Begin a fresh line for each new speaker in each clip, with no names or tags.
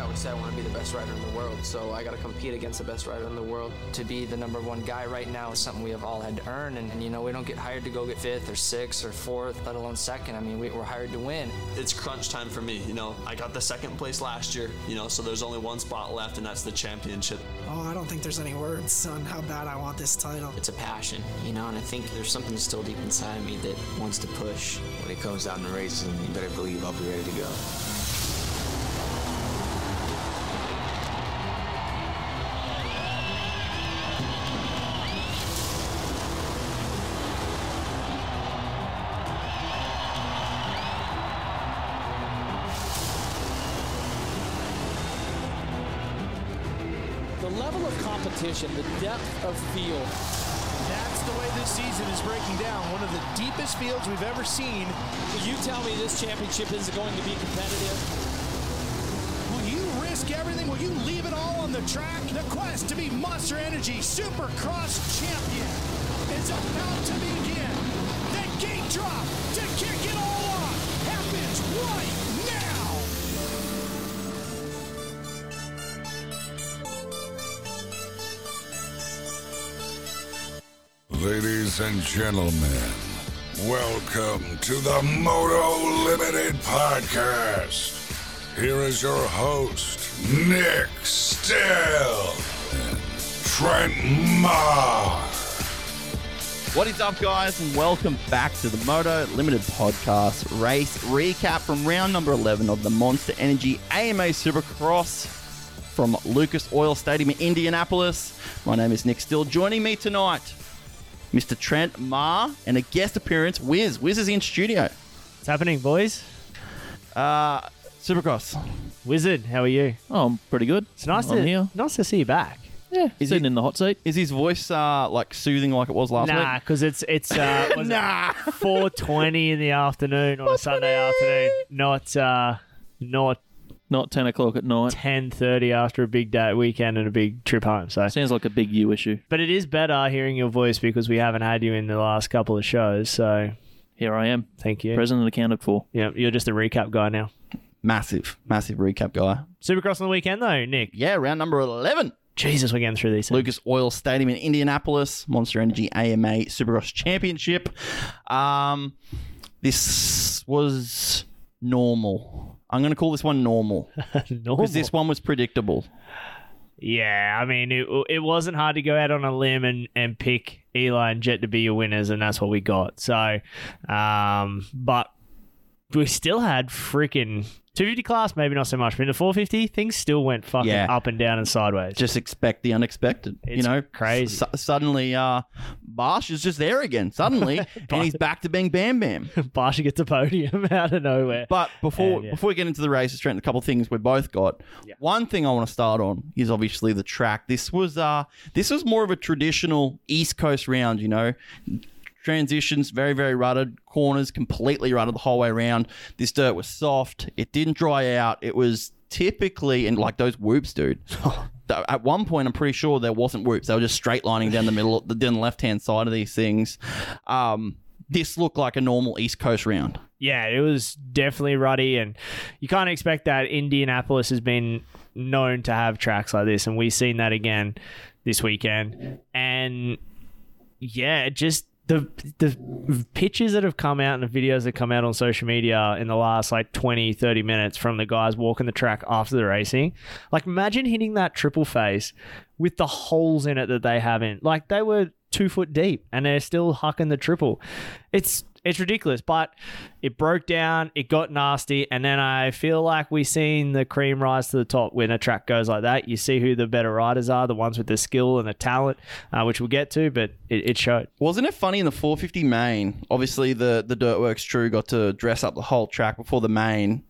obviously I want to be the best rider in the world, so I got to compete against the best rider in the world. To be the number one guy right now is something we have all had to earn, and, and you know we don't get hired to go get fifth or sixth or fourth, let alone second. I mean, we, we're hired to win.
It's crunch time for me. You know, I got the second place last year. You know, so there's only one spot left, and that's the championship.
Oh, I don't think there's any words on how bad I want this title.
It's a passion, you know, and I think there's something still deep inside of me that wants to push.
When it comes down to racing, you better believe I'll be ready to go.
The level of competition, the depth of field,
That's the way this season is breaking down. One of the deepest fields we've ever seen.
you tell me this championship is going to be competitive.
Will you risk everything? Will you leave it all on the track? The quest to be Monster Energy Supercross champion is about to begin. The gate drop to kick it all off happens right now.
Ladies and gentlemen, welcome to the Moto Limited Podcast. Here is your host, Nick Still and Trent Ma.
What is up, guys, and welcome back to the Moto Limited Podcast race recap from round number 11 of the Monster Energy AMA Supercross from Lucas Oil Stadium in Indianapolis. My name is Nick Still. Joining me tonight, Mr. Trent Ma, and a guest appearance, Wiz. Wiz is in studio. Uh,
What's happening, boys?
Supercross.
Wizard, how are you?
Oh, I'm pretty good.
It's nice
I'm
to
here.
nice to see you back.
Yeah,
Is
sitting
it-
in the hot seat.
Is his voice uh, like soothing like it was last
Nah,
week?
because it's it's uh, nah. four twenty in the afternoon on a Sunday afternoon, not uh, not
Not ten o'clock at night.
ten thirty after a big day at weekend and a big trip home. So,
Sounds like a big U issue.
but it is better hearing your voice because we haven't had you in the last couple of shows. So,
Here I am,
thank you.
present and accounted for.
yeah, you're just a recap guy now.
Massive, massive recap guy.
Supercross on the weekend though, Nick.
Yeah, round number 11.
Jesus, we're getting through these.
Lucas Oil Stadium in Indianapolis, Monster Energy AMA Supercross Championship. Um, this was normal. I'm going to call this one normal
Normal.
because this one was predictable.
Yeah, I mean, it, it wasn't hard to go out on a limb and, and pick Eli and Jet to be your winners, and that's what we got. So, um, but we still had freaking 250 class, maybe not so much, but in the 450, things still went fucking
Yeah.
up and down and sideways.
Just expect the unexpected. you
It's
know,
crazy.
S- suddenly, uh, Barsh is just there again. Suddenly, and he's back to being Bam Bam.
Barsha gets a podium out of nowhere.
But before
And, yeah.
before we get into the races, Trent, a couple of things we both got. One thing I want to start on is obviously the track. This was uh this was more of a traditional East Coast round, you know. Transitions very, very rutted, corners completely rutted the whole way around. This dirt was soft, it didn't dry out, it was typically and like those whoops, dude. th- At one point, I'm pretty sure there wasn't whoops. They were just straight lining down the middle, down the left hand side of these things. Um, this looked like a normal East Coast round.
yeah, it was definitely ruddy, and you can't expect that. Indianapolis has been known to have tracks like this, and we've seen that again this weekend. And yeah, just the the pictures that have come out and the videos that come out on social media in the last like 20, 30 minutes from the guys walking the track after the racing. Like, imagine hitting that triple face with the holes in it that they have in. Like, they were two foot deep and they're still hucking the triple. It's it's ridiculous, but it broke down, it got nasty, and then I feel like we seen the cream rise to the top when a track goes like that. You see who the better riders are, the ones with the skill and the talent, uh, which we'll get to, but it, it showed.
Wasn't it funny in the 450 main? Obviously, the the Dirtworks crew got to dress up the whole track before the main,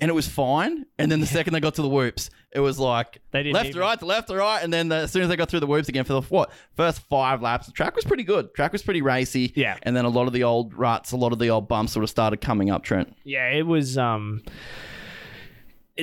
and it was fine. And then the second they got to the whoops, it was like
They didn't
left to
even-
right to left to right, and then the, as soon as they got through the whoops again for the what first five laps, the track was pretty good. Track was pretty racy.
Yeah.
And then a lot of the old ruts, a lot of the old bumps sort of started coming up. Trent.
Yeah, it was. Um,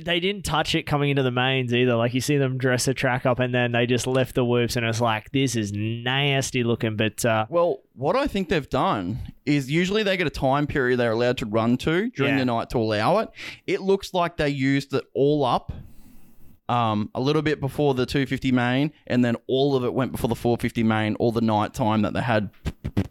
they didn't touch it coming into the mains either. Like you see them dress the track up, and then they just left the whoops, and it's like this is nasty looking. But uh,
Well, what I think they've done is usually they get a time period they're allowed to run to during
Yeah.
the night to allow it. It looks like they used it all up um, a little bit before the 250 main, and then all of it went before the 450 main, all the night time that they had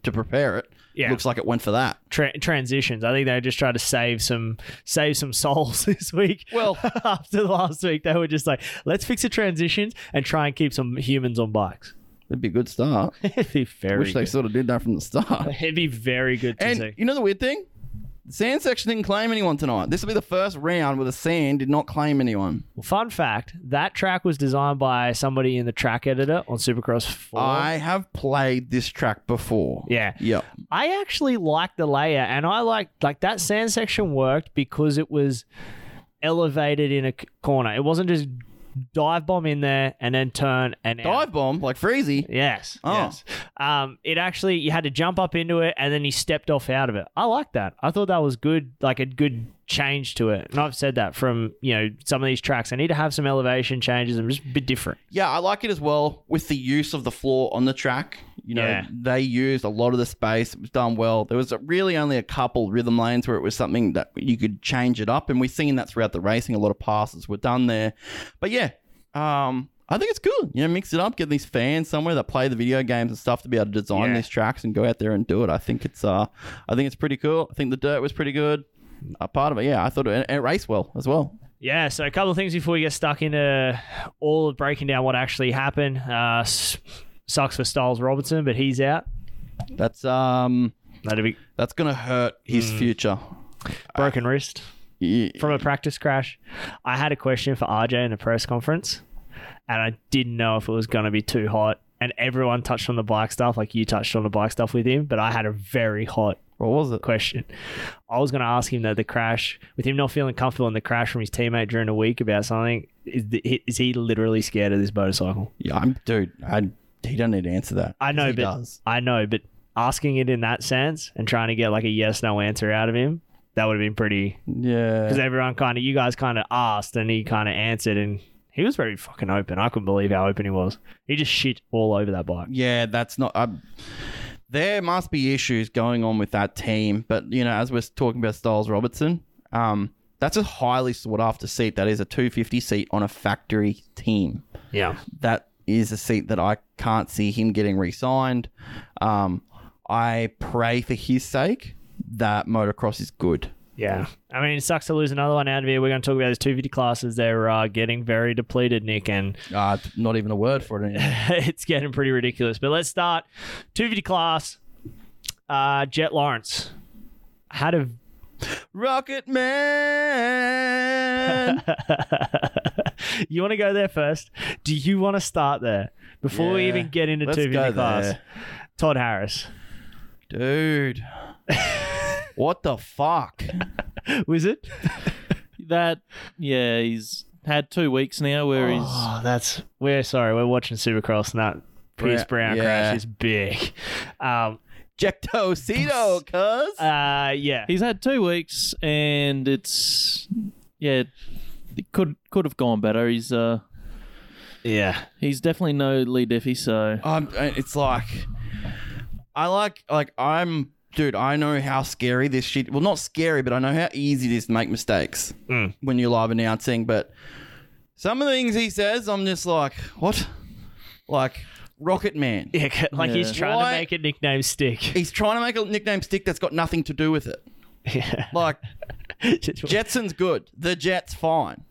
to prepare it.
Yeah.
Looks like it went for that.
Tra- transitions. I think they just tried to save some save some souls this week.
Well,
after last week, they were just like, let's fix the transitions and try and keep some humans on bikes.
It'd be a good start.
It'd be very
Wish they
good.
sort of did that from the start.
It'd be very good to
and
see.
you know the weird thing? The sand section didn't claim anyone tonight. This will be the first round where the sand did not claim anyone.
Well, fun fact that track was designed by somebody in the track editor on Supercross 4.
I have played this track before.
Yeah.
Yep.
I actually liked the layer, and I liked like that sand section worked because it was elevated in a c- corner. It wasn't just dive bomb in there and then turn and
Dive bomb like Freezy.
Yes.
Oh.
Yes. Um, it actually you had to jump up into it and then you stepped off out of it. I like that. I thought that was good, like a good change to it. And I've said that from you know some of these tracks. I need to have some elevation changes and just a bit different.
Yeah, I like it as well with the use of the floor on the track. You know,
Yeah.
they used a lot of the space. It was done well. There was really only a couple rhythm lanes where it was something that you could change it up. And we've seen that throughout the racing. A lot of passes were done there. But yeah, um, I think it's good. You know, mix it up, get these fans somewhere that play the video games and stuff to be able to design
Yeah.
these tracks and go out there and do it. I think it's uh, I think it's pretty cool. I think the dirt was pretty good. A part of it, yeah. I thought it, and it raced well as well.
Yeah, so a couple of things before we get stuck into all of breaking down what actually happened. Uh, s- sucks for Styles Robertson, but he's out.
That's um,
That'd be
that's gonna hurt his
Mm.
future.
Broken wrist
Yeah.
from a practice crash. I had a question for RJ in the press conference, and I didn't know if it was going to be too hot. And everyone touched on the bike stuff, like you touched on the bike stuff with him, but I had a very hot
What was it?
question. I was going to ask him that the crash, with him not feeling comfortable in the crash from his teammate during the week about something, is, the, is he literally scared of this motorcycle?
Yeah, I'm dude. I he don't need to answer that.
I know,
He
but
does.
I know, but asking it in that sense and trying to get like a yes no answer out of him, that would have been pretty. Because
Yeah,
everyone kind of, you guys kind of asked and he kind of answered and he was very fucking open. I couldn't believe how open he was. He just shit all over that bike.
yeah. That's not. i there must be issues going on with that team, but you know, as we're talking about Styles Robertson, um, that's a highly sought after seat. That is a 250 seat on a factory team.
Yeah.
that is a seat that I can't see him getting re-signed. Um, I pray for his sake that motocross is good.
Yeah. I mean, it sucks to lose another one out of here. We're going to talk about these 250 classes. They're uh, getting very depleted, Nick, and
Uh, not even a word for it anymore.
it's getting pretty ridiculous. But let's start 250 class. Uh, Jet Lawrence had a
Rocket Man.
you want to go there first? Do you want to start there before we
Yeah.
even get into
Let's
two
go
minute class?
there.
Todd Harris
Dude. what the fuck?
was it?
That yeah, he's had two weeks now where he's
Oh, that's we're sorry. We're watching Supercross, and that Pierce
Bra-
Brown
yeah.
crash is big. Um,
Jectocito, cuz.
uh, yeah,
he's had two weeks and it's yeah, it could could have gone better. He's uh
yeah.
he's definitely no Lee Diffie, so
Um, it's like I like like I'm dude, I know how scary this shit well not scary, but I know how easy it is to make mistakes
Mm.
when you're live announcing, but some of the things he says, I'm just like, what? Like Rocket Man.
Yeah, like he's
Yeah.
trying
Why-
to make a nickname stick.
He's trying to make a nickname stick that's got nothing to do with it.
Yeah.
Like Jetson's good. The Jet's fine.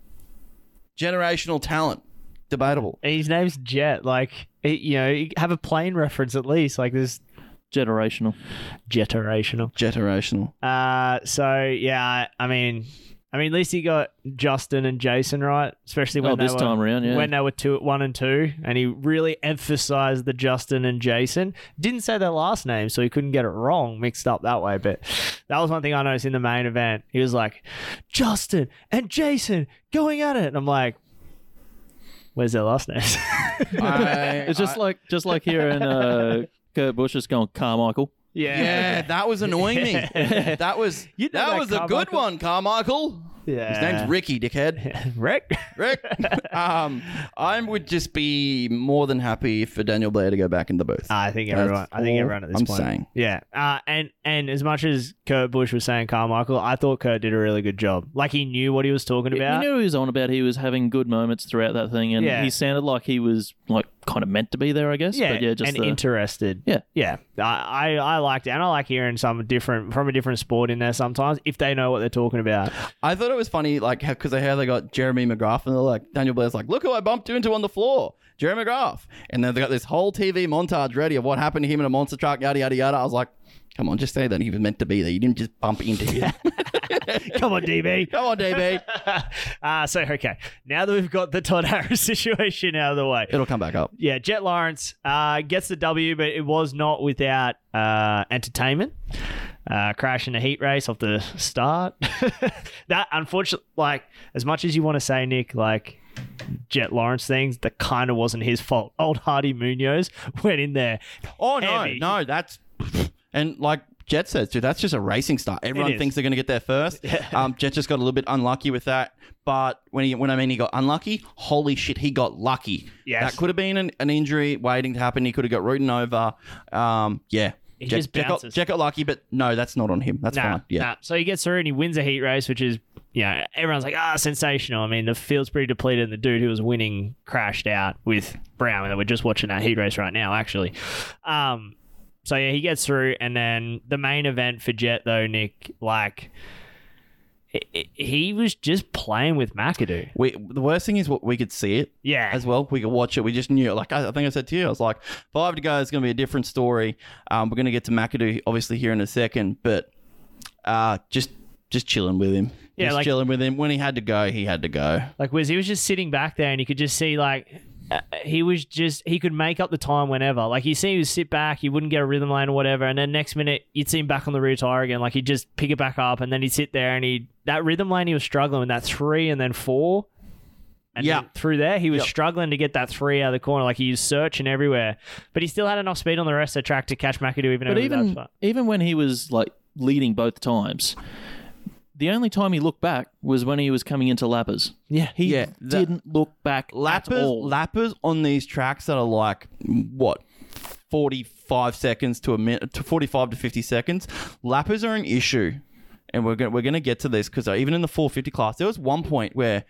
Generational talent, debatable.
His name's Jet. Like, it, you know, you have a plane reference at least. Like, this
generational.
generational.
Generational.
Uh, so yeah, I mean, I mean, at least he got Justin and Jason right, especially when
Oh,
they
this
were,
time around, yeah.
when they were two, one and two, and he really emphasized the Justin and Jason. Didn't say their last name, so he couldn't get it wrong, mixed up that way. But that was one thing I noticed in the main event. He was like, Justin and Jason going at it, and I'm like, where's their last name?
I,
It's just like just like hearing uh Kurt Busch is going Carmichael.
Yeah.
Yeah, that was annoying me. That was
You know
that,
that
was a good
Carmichael.
one, Carmichael.
Yeah.
His name's Ricky, dickhead.
Rick.
Rick. um, I would just be more than happy for Daniel Blair to go back in the booth.
I think everyone. I think everyone at this
I'm
point.
saying.
Yeah. Uh, and and as much as Kurt Bush was saying Carmichael, I thought Kurt did a really good job. Like he knew what he was talking
You
about.
knew he was on about he was having good moments throughout that thing, and
Uh, Yeah.
he sounded like he was like kind of meant to be there, I guess.
yeah,
but yeah, just
and
the-
interested.
Yeah.
yeah. I, I I liked it, and I like hearing some different from a different sport in there sometimes if they know what they're talking about.
I thought it was funny, like, because I heard they got Jeremy McGrath, and they're like, Daniel Blair's like, look who I bumped into on the floor, Jeremy McGrath. And then they got this whole TV montage ready of what happened to him in a monster truck, yada, yada, yada. I was like, come on, just say that he was meant to be there. You didn't just bump into him.
Come on, DB.
Come on, DB.
uh, so okay, now that we've got the Todd Harris situation out of the way,
It'll come back up.
yeah, Jet Lawrence uh, gets the W, but it was not without uh, entertainment. Uh, crash in a heat race off the start. that unfortunately, like as much as you want to say, Nick, like Jet Lawrence things, that kind of wasn't his fault. Old Hardy Munoz went in there.
Oh, no,
heavy.
no, that's. And like Jet says, dude, that's just a racing start. Everyone
is.
thinks they're going to get there first. Um, Jet just got a little bit unlucky with that. But when he, when I mean he got unlucky, holy shit, he got lucky.
Yes.
That could have been an, an injury waiting to happen. He could have got ridden over. Um, yeah.
He
Jet,
just
Jet got,
bounces.
Jet got lucky, but no, that's not on him. That's
Nah,
fine. Yeah.
nah. So he gets through and he wins a heat race, which is, you know, everyone's like, ah, sensational. I mean, the field's pretty depleted, and the dude who was winning crashed out with Brown, and we're just watching that heat race right now, actually. Um, so yeah, he gets through, and then the main event for Jet though, Nick, like. i- i- He was just playing with McAdoo.
We, the worst thing is what we could see it.
Yeah.
As well, we could watch it. We just knew. it. Like I, I think I said to you, I was like, five to go is going to be a different story. Um, we're going to get to McAdoo obviously here in a second, but uh, just just chilling with him.
Yeah,
just
like-
chilling with him. When he had to go, he had to go.
Like Wiz, he was just sitting back there, and you could just see like uh, he was just he could make up the time whenever. Like you see, he would sit back, he wouldn't get a rhythm lane or whatever, and then next minute you'd see him back on the rear tire again. Like he'd just pick it back up, and then he'd sit there and he that rhythm lane he was struggling with that three and then four. And
Yeah.
then through there, he was struggling to get that three out of the corner. Like he was searching everywhere, but he still had enough speed on the rest of the track to catch McAdoo even
but
over that
even
spot.
even when he was like leading both times, the only time he looked back was when he was coming into lappers.
Yeah,
he
Yeah, that-
didn't look back at
Lappers,
all.
lappers on these tracks that are like what, forty-five seconds to a minute to forty-five to fifty seconds. Lappers are an issue, and we're gonna, we're going to get to this because even in the four fifty class, there was one point where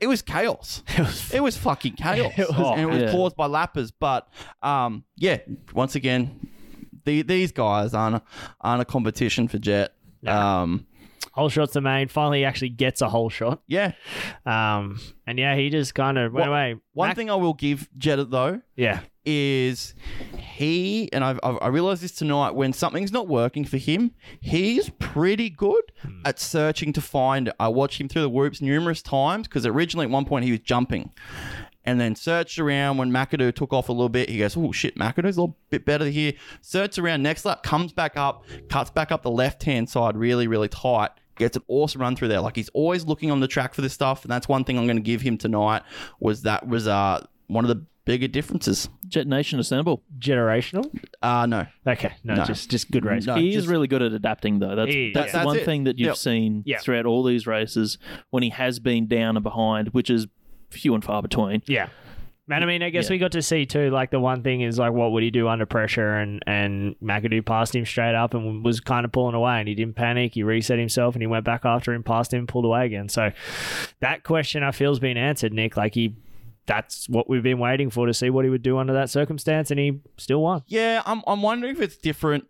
it was chaos. It was, fucking chaos, and it was
yeah.
caused by lappers. But um, yeah, once again, the, these guys aren't a, aren't a competition for Jet. Um,
Whole shot's the main. Finally, he actually gets a whole shot.
yeah.
Um, and yeah, he just kind of went
What-
away.
One
Mac-
thing I will give Jet though,
yeah,
is he and I've, I've, I realized this tonight when something's not working for him he's pretty good at searching to find it. i watched him through the whoops numerous times because originally at one point he was jumping and then searched around when McAdoo took off a little bit. He goes, Oh shit, McAdoo's a little bit better here. Searched around next lap, comes back up, cuts back up the left hand side really, really tight. Gets an awesome run through there. Like he's always looking on the track for this stuff, and that's one thing I'm going to give him tonight. Was that was uh one of the bigger differences.
Jet Nation Assemble.
generational.
Uh no.
Okay, no,
No.
just just good race.
No,
he is
just-
really good at adapting, though. That's
He-
that's
yeah.
the one
That's it.
thing that you've
Yep.
seen
Yeah.
throughout all these races when he has been down and behind, which is few and far between.
Yeah. And I mean, I guess we got to see too. Like the one thing is like, what would he do under pressure? And and McAdoo passed him straight up and was kind of pulling away, and he didn't panic. He reset himself and he went back after him, passed him, pulled away again. So that question I feel has been answered, Nick. Like he, that's what we've been waiting for to see what he would do under that circumstance, and he still won.
Yeah, I'm, I'm wondering if it's different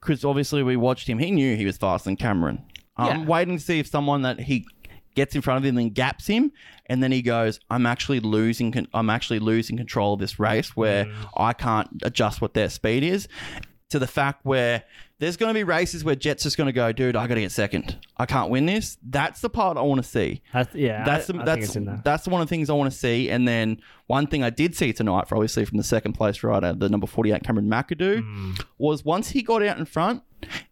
because obviously we watched him. He knew he was faster than Cameron. I'm
Yeah.
waiting to see if someone that he gets in front of him and gaps him, and then he goes, "I'm actually losing. Con- I'm actually losing control of this race where I can't adjust what their speed is." To the fact where there's going to be races where Jet's just going to go, "Dude, I got to get second. I can't win this." That's the part I want to see.
That's, yeah,
that's the,
I, I think
that's
it's in there.
that's one of the things I want to see. And then one thing I did see tonight, for obviously from the second place rider, the number forty eight Cameron McAdoo,
Mm.
was once he got out in front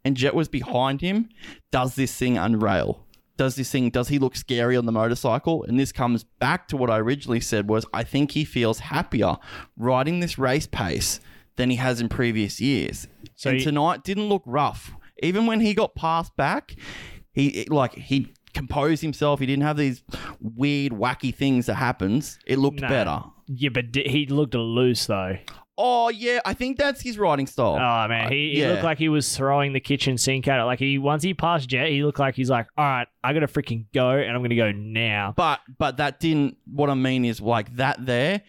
and Jet was behind him, does this thing unrail? Does this thing? Does he look scary on the motorcycle? And this comes back to what I originally said was I think he feels happier riding this race pace than he has in previous years.
So
and
you-
tonight didn't look rough. Even when he got passed back, he like he composed himself. He didn't have these weird wacky things that happens. It looked
Nah.
better.
Yeah, but di- he looked loose though.
Oh yeah, I think that's his writing style.
Oh man, he, he
yeah.
looked like he was throwing the kitchen sink at it. Like he once he passed Jet, he looked like he's like, all right, I gotta freaking go, and I'm gonna go now.
But but that didn't. What I mean is like that there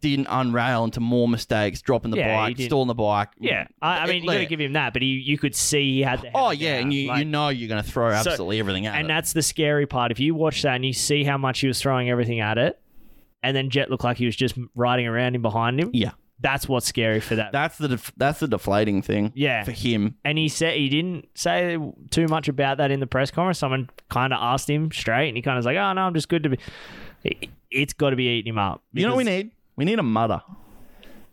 didn't unrail into more mistakes, dropping the
Yeah, he
bike,
didn't-
stalling the bike.
Yeah, I, I mean, you
Yeah.
gotta give him that, but he you could see he had the.
Oh yeah, and you, you
like-
know you're gonna throw
So-
absolutely everything at
and
it.
that's the scary part. If you watch that and you see how much he was throwing everything at it, and then Jet looked like he was just riding around him behind him.
Yeah.
that's what's scary for that.
That's the def- that's the deflating thing.
Yeah.
for him.
and he said he didn't say too much about that in the press conference. Someone kind of asked him straight, and he kind of was like, "Oh no, I'm just good to be." It- It's got to be eating him up.
You know what we
because
need? We need a mutter.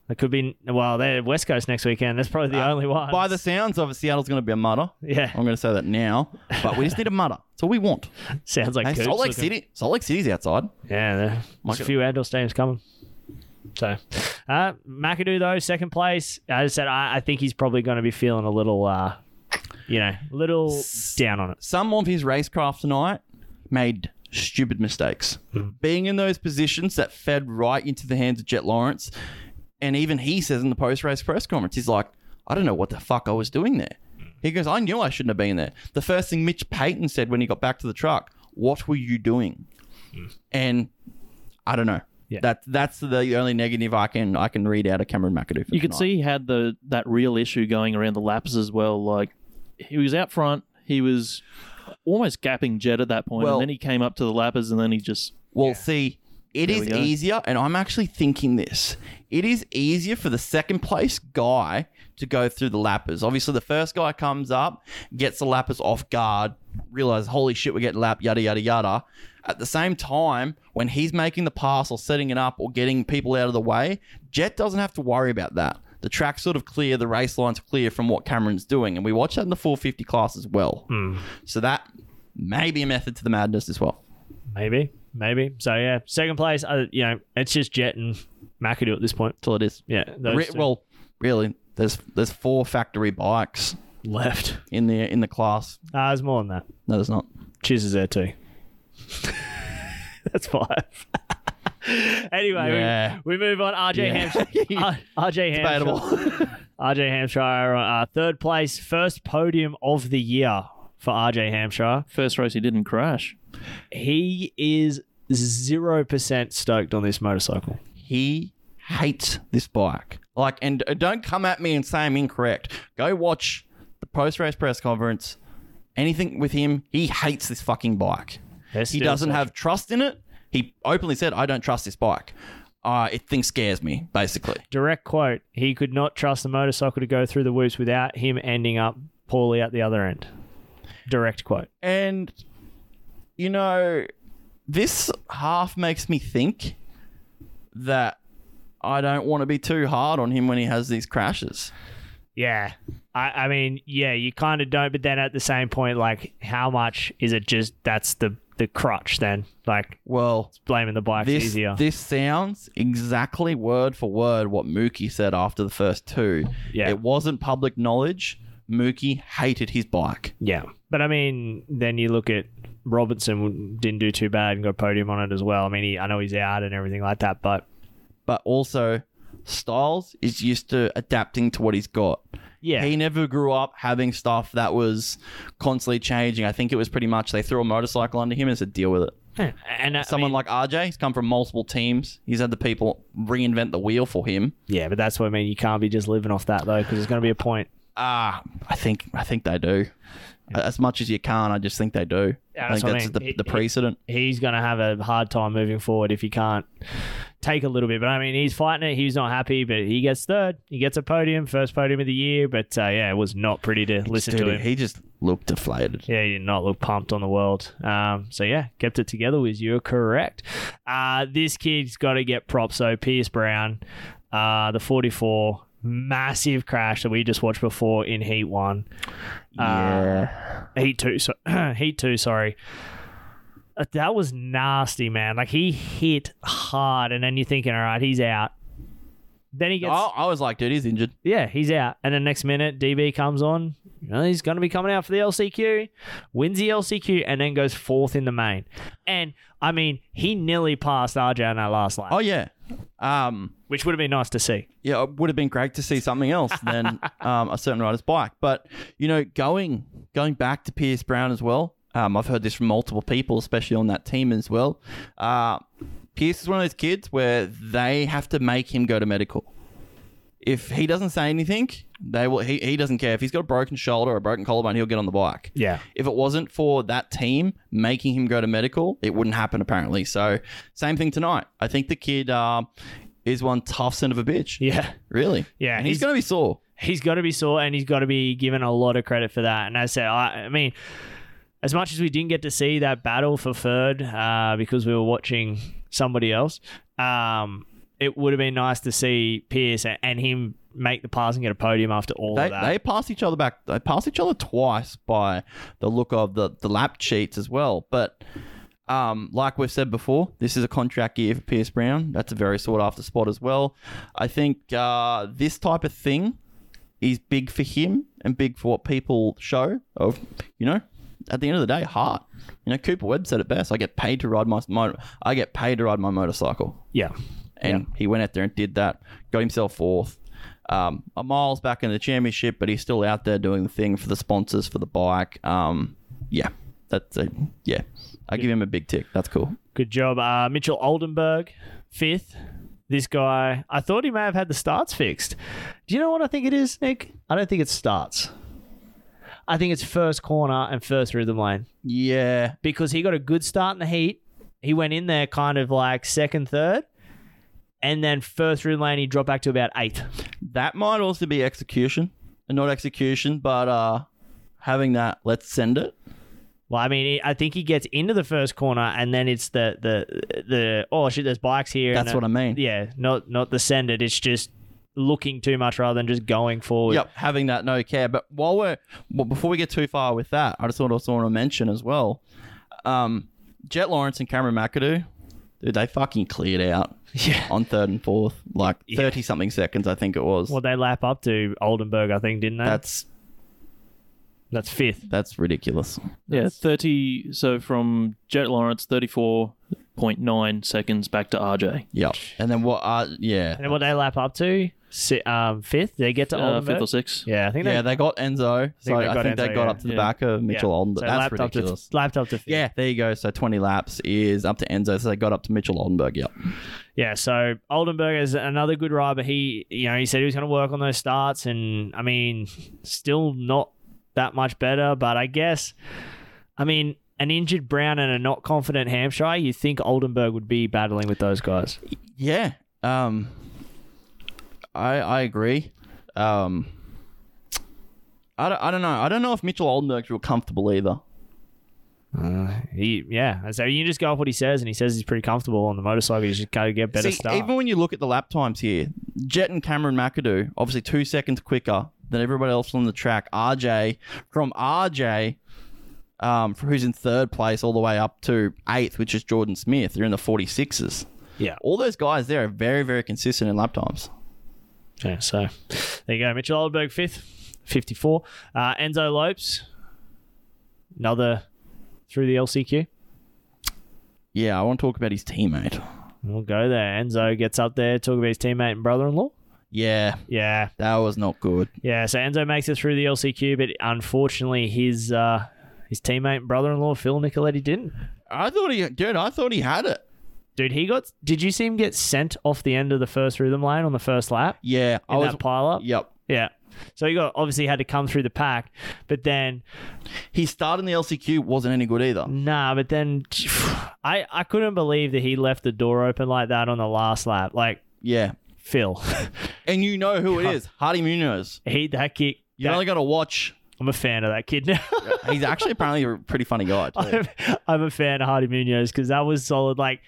It could be well, they're West Coast next weekend. That's probably the only one.
Uh, By the sounds of it, Seattle's going to be a mutter.
Yeah.
I'm going to say that now. But we just need a mutter. That's all we want.
Sounds like
Hey,
Coop's
Salt Lake
looking-
City. Salt Lake City's outside.
Yeah, there- there's a
God.
few outdoor stadiums coming. So, uh, McAdoo though second place. I just said I, I think he's probably going to be feeling a little, uh, you know, little down on it.
Some of his racecraft tonight made stupid mistakes. Being in those positions that fed right into the hands of Jet Lawrence, and even he says in the post-race press conference, he's like, "I don't know what the fuck I was doing there." He goes, "I knew I shouldn't have been there." The first thing Mitch Payton said when he got back to the truck, "What were you doing?" And I don't know.
Yeah.
That that's the only negative I can I can read out of Cameron McAdoo. for
You could
tonight.
see he had the that real issue going around the laps as well. Like he was out front, he was almost gapping Jet at that point,
Well-
and then he came up to the lappers, and then he just
Well, see, it
There
is
we go.
easier, and I'm actually thinking this. It is easier for the second place guy to go through the lappers. Obviously, the first guy comes up, gets the lappers off guard, realize, holy shit, we're getting lapped, yada, yada, yada. At the same time, when he's making the pass or setting it up or getting people out of the way, Jet doesn't have to worry about that. The track's sort of clear, the race line's clear from what Cameron's doing. And we watch that in the 450 class as well.
Hmm.
So that may be a method to the madness as well.
Maybe, maybe. So yeah, second place. Uh, you know, it's just Jet and McAdoo at this point.
That's all it is.
Yeah, those
Re-
two
well, really, there's there's four factory bikes
left.
in the in the class.
Ah, there's more than that.
No, there's not.
Cheers is there too. That's five. anyway,
Yeah.
we, we move on. RJ
Yeah.
Hampshire. R- RJ
Debatable.
Hampshire. RJ Hampshire, uh, third place, first podium of the year for RJ Hampshire.
first race he didn't crash.
He is 0% stoked on this motorcycle.
He hates this bike. Like, and uh, don't come at me and say I'm incorrect. Go watch the post race press conference. Anything with him, he hates this fucking bike.
There's
He
still
doesn't
such-
have trust in it. He openly said, "I don't trust this bike." Uh, it thing scares me, basically.
Direct quote He could not trust the motorcycle to go through the whoops without him ending up poorly at the other end. Direct quote.
And you know, this half makes me think that I don't want to be too hard on him when he has these crashes.
Yeah. I, I mean, yeah, you kind of don't, but then at the same point, like, how much is it just that's the the crutch then? Like,
Well,
blaming the bike's
this
easier.
this sounds exactly word for word what Mookie said after the first two.
Yeah.
It wasn't public knowledge. Mookie hated his bike.
yeah. But I mean, then you look at Robinson didn't do too bad and got podium on it as well. I mean, he, I know he's out and everything like that, but
But also Styles is used to adapting to what he's got.
yeah.
He never grew up having stuff that was constantly changing. I think it was pretty much they threw a motorcycle under him and said, deal with it.
and uh,
Someone like RJ, he's come from multiple teams. He's had the people reinvent the wheel for him.
yeah, but that's what I mean. You can't be just living off that though, because there's going to be a point.
Ah, I think I think they do. As much as you can, I just think they do.
Yeah,
I
that's
think
what I
that's
mean.
the,
He-
the
he-
precedent.
he's going to have a hard time moving forward if he can't take a little bit. But I mean, he's fighting it. He's not happy, but he gets third. He gets a podium, first podium of the year. But uh, yeah, it was not pretty to listen
Dude,
to him.
he just looked deflated.
yeah, he did not look pumped on the world. Um, so yeah, kept it together with you. Correct. Uh, this kid's got to get props. So Pierce Brown, uh, the 44, massive crash that we just watched before in Heat One. Uh,
yeah.
Heat two, so Heat two, sorry. Uh, That was nasty, man. Like he hit hard, and then you're thinking, all right, he's out. Then he gets.
Oh, I was like, dude, he's injured.
Yeah, he's out. And then next minute, DB comes on. You know, he's going to be coming out for the LCQ, wins the LCQ, and then goes fourth in the main. And I mean, he nearly passed RJ on that last lap.
Oh yeah, um,
which would have been nice to see.
Yeah, it would have been great to see something else than um, a certain rider's bike. But you know, going going back to Pierce Brown as well. Um, I've heard this from multiple people, especially on that team as well. Uh, Pierce is one of those kids where they have to make him go to medical. If he doesn't say anything, they will. He, he doesn't care if he's got a broken shoulder or a broken collarbone. He'll get on the bike.
Yeah.
If it wasn't for that team making him go to medical, it wouldn't happen apparently. So same thing tonight. I think the kid uh, is one tough son of a bitch.
Yeah.
Really.
Yeah,
And he's,
he's-
gonna be sore.
He's got to be sore, and he's got to be given a lot of credit for that. And as I said, I, I mean, as much as we didn't get to see that battle for third uh, because we were watching somebody else, um, it would have been nice to see Pierce and, and him make the pass and get a podium after all
They,
of that.
they passed each other back. They passed each other twice by the look of the, the lap sheets as well. But um, like we've said before, this is a contract year for Pierce Brown. That's a very sought after spot as well. I think uh, this type of thing is big for him and big for what people show of, you know, at the end of the day, heart. You know, Cooper Webb said it best. I get paid to ride my, my I get paid to ride my motorcycle.
Yeah.
and he went out there and did that, got himself fourth. Um, a miles back in the championship, but he's still out there doing the thing for the sponsors for the bike. Um, yeah, that's a yeah. I give him a big tick. That's cool.
Good job. Uh, Mitchell Oldenburg, fifth. This guy, I thought he may have had the starts fixed. Do you know what I think it is, Nick? I don't think it's starts. I think it's first corner and first rhythm lane.
Yeah.
Because he got a good start in the heat. He went in there kind of like second, third. And then first rhythm lane, he dropped back to about eighth.
That might also be execution, and not execution, but uh, having that let's send it.
Well, I mean, he- I think he gets into the first corner, and then it's the the the oh shit, there's bikes here. and
That's what
it-
I mean.
Yeah, not not the send it. It's just looking too much rather than just going forward.
Yep, having that no care. But while we're well, before we get too far with that, I just also want to mention as well, um, Jet Lawrence and Cameron McAdoo, dude, they fucking cleared out.
Yeah.
On third and fourth, like thirty something seconds, I think it was.
Well, they lap up to Oldenburg, I think, didn't they?
That's
that's fifth.
That's ridiculous.
Yeah, thirty. So from Jet Lawrence, thirty-four point nine seconds back to RJ.
Yep. And then what? Uh, yeah.
And what they lap up to? Si- um, fifth. They get to
Uh,
Oldenburg.
fifth or sixth.
Yeah, I think
yeah,
they.
they got Enzo. So I think they got,
Enzo, yeah.
up to the
Yeah.
back of Mitchell
Yeah.
Oldenburg.
So
That's
lapped up to-
ridiculous.
lapped up to fifth.
yeah, there you go. So twenty laps is up to Enzo. So they got up to Mitchell Oldenburg. Yep.
Yeah, so Oldenburg is another good ride, but he, you know, he said he was going to work on those starts, and I mean, still not that much better. But I guess, I mean, an injured Brown and a not confident Hampshire, you think Oldenburg would be battling with those guys?
Yeah. Um I I agree. Um I don't, I don't know. I don't know if Mitchell Oldenburg's real comfortable either.
He, yeah, and so you just go off what he says, and he says he's pretty comfortable on the motorcycle. You just go get better
See,
stuff.
even when you look at the lap times here, Jet and Cameron McAdoo, obviously two seconds quicker than everybody else on the track. RJ, from RJ, um, who's in third place all the way up to eighth, which is Jordan Smith. They're in the 46s.
Yeah.
All those guys there are very, very consistent in lap times.
Yeah, so there you go. Mitchell Oldenburg, fifth, 54. Uh, Enzo Lopes, another through the LCQ.
Yeah, I want to talk about his teammate.
We'll go there. Enzo gets up there, talk about his teammate and brother in law.
Yeah.
Yeah.
That was not good.
Yeah, so Enzo makes it through the LCQ, but unfortunately his uh his teammate and brother in law, Phil Nicoletti, didn't.
I thought he dude, I thought he had it.
Dude, he got did you see him get sent off the end of the first rhythm lane on the first lap?
Yeah.
In
I was
that pile up?
Yep.
Yeah. So he got obviously had to come through the pack, but then
his start in the LCQ wasn't any good either.
Nah, but then I I couldn't believe that he left the door open like that on the last lap. Like
Yeah.
Phil.
And you know who it is. Hardy Munoz.
He that kick.
You only gotta watch.
I'm a fan of that kid now.
He's actually apparently a pretty funny guy. too.
I'm, I'm a fan of Hardy Munoz because that was solid. Like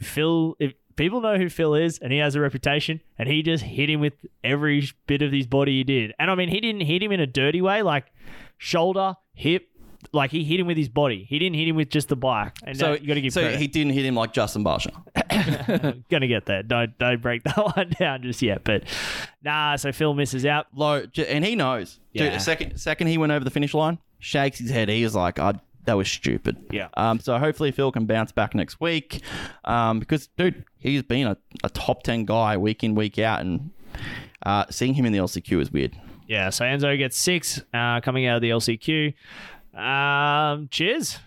Phil, if people know who Phil is, and he has a reputation, and he just hit him with every bit of his body he did. And I mean, he didn't hit him in a dirty way, like shoulder, hip, Like he hit him with his body. He didn't hit him with just the bike. And
so
that- you got to give
so
credit.
he didn't hit him like Justin Barsha.
gonna get there. Don't don't break that one down just yet. But nah, so Phil misses out.
Low, and he knows. Dude,
Yeah.
second second he went over the finish line, shakes his head. He was like, I, that was stupid.
Yeah.
Um, so hopefully Phil can bounce back next week. Um, because dude, he's been a, a top ten guy week in, week out, and uh, seeing him in the LCQ is weird.
Yeah, so Enzo gets six uh, coming out of the LCQ. Um, cheers.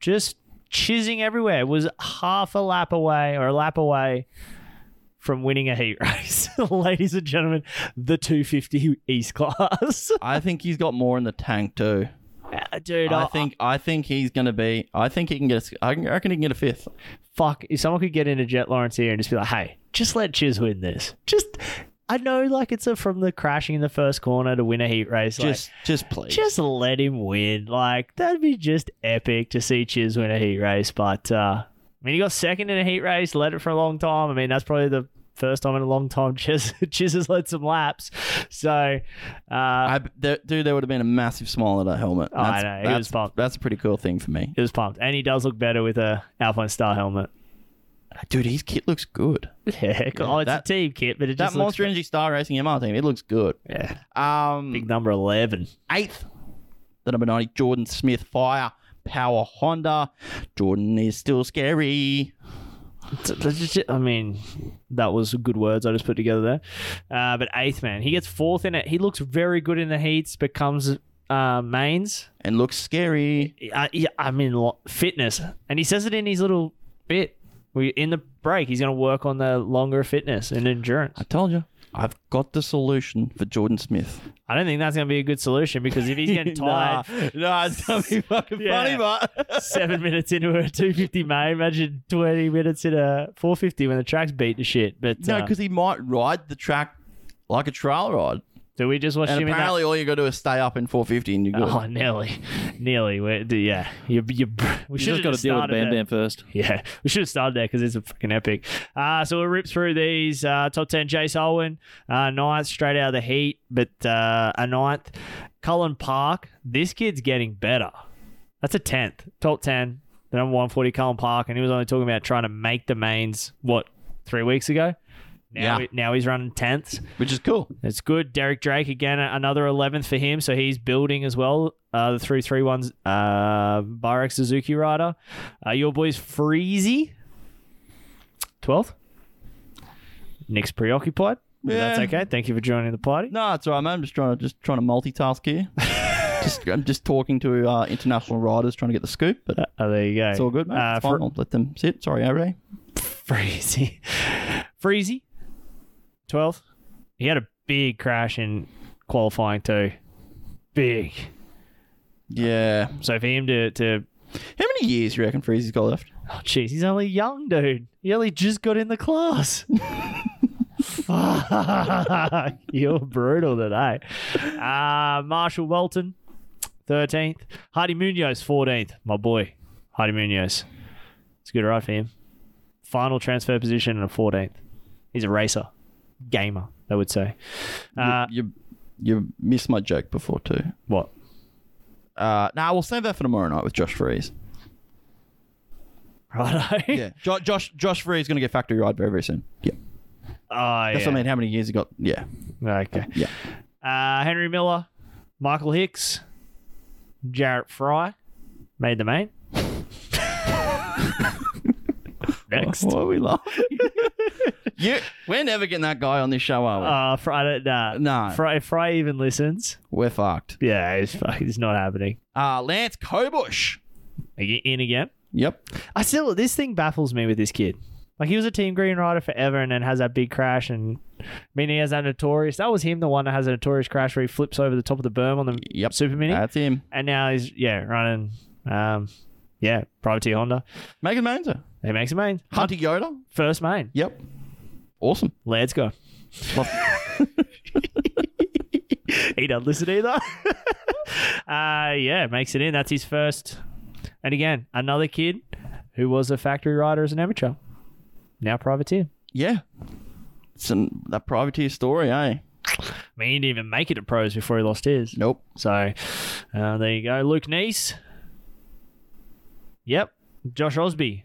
Just chizzing everywhere. It was half a lap away or a lap away from winning a heat race. Ladies and gentlemen, the 250 East class.
I think he's got more in the tank too.
Uh, dude,
I
I-
think I think he's gonna be. I think he can get. a s I I reckon he can get a fifth.
Fuck, if someone could get into Jet Lawrence here and just be like, hey, just let Chiz win this. Just, I know like it's a from the crashing in the first corner to win a heat race. like-
Just, just please.
Just let him win. Like, that'd be just epic to see Chiz win a heat race. But, uh, I mean, he got second in a heat race, led it for a long time. I mean, that's probably the first time in a long time Chiz, Chiz has led some laps. So, uh,
I, there, dude, there would have been a massive smile at that helmet.
Oh, I know. He was
That's, that's a pretty cool thing for me.
he was pumped. And he does look better with a Alpine Star helmet.
Dude, his kit looks good.
Yeah, oh, it's
that-
a team kit, but it
That
just looks
Monster Energy Star Racing MR team, it looks good.
Yeah.
Um,
Big number 11.
Eighth, the number 90, Jordan Smith Fire Power Honda. Jordan is still scary.
I mean, that was good words I just put together there. Uh, but eighth man, he gets fourth in it. He looks very good in the heats, but comes uh, mains.
And looks scary.
I, yeah, I mean, lo- fitness, and he says it in his little bit. We in the break. He's going to work on the longer fitness and endurance.
I told you, I've got the solution for Jordan Smith.
I don't think that's going to be a good solution because if he's getting
Nah.
tired,
No, it's gonna be fucking
Yeah.
funny, but
seven minutes into a 250 main, imagine 20 minutes in a 450 when the track's beat to shit. But
no,
uh,
because he might ride the track like a trail ride.
do we just watch
And
him in that
apparently, all you got to do is stay up in 450, and you're good.
Oh, nearly, nearly. We're, d- yeah, you, you, we
You
should have
just got to deal with
started
Bam
there.
Bam first.
Yeah, we should have started there because it's a fucking epic. Uh, so we'll rip through these uh, top ten. Jace Owen, uh, ninth straight out of the heat, but uh, a ninth. Cullen Park, this kid's getting better. That's a tenth, top ten. The number one forty, Cullen Park, and he was only talking about trying to make the mains. What three weeks ago? Now,
Yeah.
he- now he's running tenths.
which is cool.
It's good. Derek Drake again, another 11th for him. So he's building as well. Uh, the three three ones. Uh, Barak Suzuki rider. Uh, your boy's Freezy. 12th. Nick's preoccupied. but That's
Yeah.
okay. Thank you for joining the party.
No, it's all right, man. I'm just trying to just trying to multitask here. just I'm just talking to uh, international riders, trying to get the scoop, but
Oh, there you go.
it's all good, man.
Uh,
it's fine.
Fr-
I'll let them sit. Sorry, Ray.
Freezy. Freezy. 12th. He had a big crash in qualifying too. Big.
Yeah.
So for him to, to
How many years do you reckon Freezy's got left?
Oh, jeez, he's only young, dude. He only just got in the class. Fuck, you're brutal today. Uh, Marshall Walton, 13th. Hardy Munoz, 14th. My boy, Hardy Munoz. It's a good ride for him. Final transfer position and a 14th. He's a racer, gamer, they would say. Uh,
you, you you missed my joke before too.
what?
Uh, now nah, we'll save that for tomorrow night with Josh Freeze.
Righto.
Yeah, jo- Josh Josh Freeze is going to get factory ride very very soon. Yeah,
Oh,
that's
yeah.
what I mean. How many years he got? Yeah,
Okay.
yeah.
Uh, Henry Miller, Michael Hicks, Jarrett Fry made the main. Next.
Why are we laughing? you, we're never getting that guy on this show, are we?
Uh, Fry, I don't- nah,
No.
Fry, if Fry even listens.
we're fucked.
Yeah, it's, fuck- it's not happening.
Uh, Lance Cobush.
Ag- In again.
Yep.
I still, this thing baffles me with this kid. Like, he was a Team Green rider forever and then has that big crash. And I mean, he has that notorious, that was him, the one that has a notorious crash where he flips over the top of the berm on the
Yep.
Super Mini.
That's him.
and now he's, yeah, running, um, yeah, Privateer Honda.
Megan Manzer.
He makes a main.
Hunter Yoda.
First main.
Yep. Awesome.
Let's go.
Love-
He doesn't listen either. uh, yeah, makes it in. That's his first. And again, another kid who was a factory rider as an amateur. Now privateer.
yeah. It's an, that privateer story, eh?
I mean, he didn't even make it to pros before he lost his.
Nope.
So, Uh, there you go. Luke Neese. Yep. Josh Osby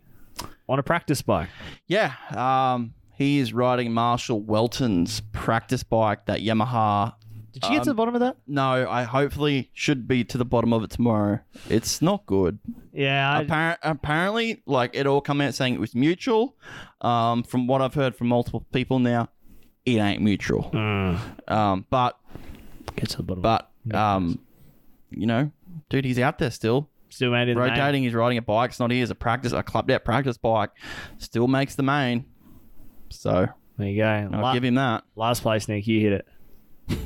on a practice bike.
Yeah, um, he is riding Marshall Welton's practice bike, that Yamaha.
Did you get to the bottom of that?
No, I hopefully should be to the bottom of it tomorrow. It's not good.
Yeah. I-
Appar- apparently, like it all come out saying it was mutual. Um, from what I've heard from multiple people now, it ain't mutual. Um, but
Mm. get to the bottom.
But um, you know, dude, he's out there still.
Still made it. in the main.
Rotating, he's riding a bike. It's not his. A practice, a clubbed out practice bike. Still makes the main. So
there you go.
I'll
La-
give him that.
Last place, Nick. You hit it.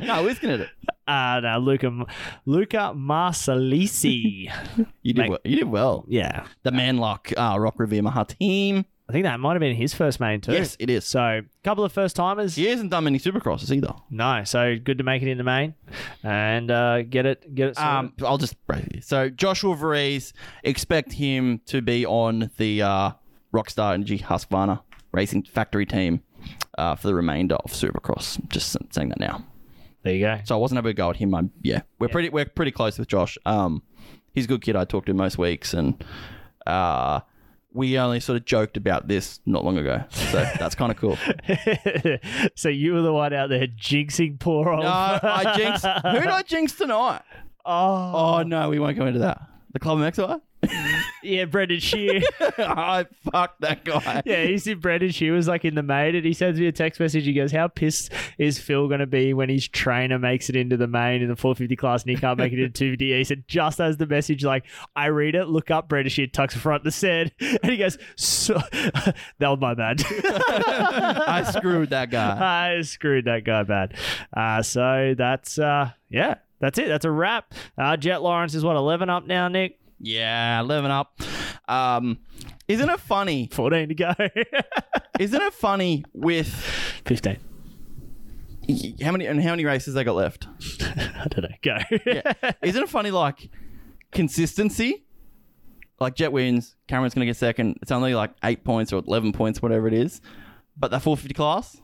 no, who's gonna do it?
Uh, no, Luca, Luca Marsalisi.
You did. well. You did well.
Yeah.
The Manlock uh, Rock Revere Maha team.
I think that might have been his first main too.
Yes, it is.
So a couple of first timers.
He hasn't done many supercrosses either.
No, so good to make it in the main, and uh, get it, get it. sorted.
Um, I'll just so Joshua Varese expect him to be on the uh, Rockstar Energy Husqvarna Racing Factory team uh, for the remainder of Supercross. Just saying that now.
There you go.
So I wasn't able to go at him. I'm, yeah, we're pretty we're pretty close with Josh. Um, he's a good kid. I talk to him most weeks, and uh, we only sort of joked about this not long ago. So that's kind of cool.
so you were the one out there jinxing poor old.
No, I jinxed. Who did I jinx tonight?
Oh.
oh no, we won't go into that. The Club MX
yeah, Brendan Shear.
I fucked that guy.
yeah, he said Brendan Shear was like in the main, and he sends me a text message. He goes, "How pissed is Phil going to be when his trainer makes it into the main in the 450 class and he can't make it into 250?" He said, "Just as the message, like I read it, look up Brendan Shear tucks front the said," and he goes, so, "That was my bad."
I screwed that guy.
I screwed that guy bad. Uh, so that's uh, yeah, that's it. That's a wrap. Uh, Jet Lawrence is what eleven up now, Nick.
Yeah, living up. Um, isn't it funny?
Fourteen to go.
Isn't it funny with
Fifteen.
how many and how many races they got left?
I don't know. Go.
Isn't it funny like consistency? Like Jet wins, Cameron's gonna get second. It's only like eight points or eleven points, whatever it is. But that 450 class,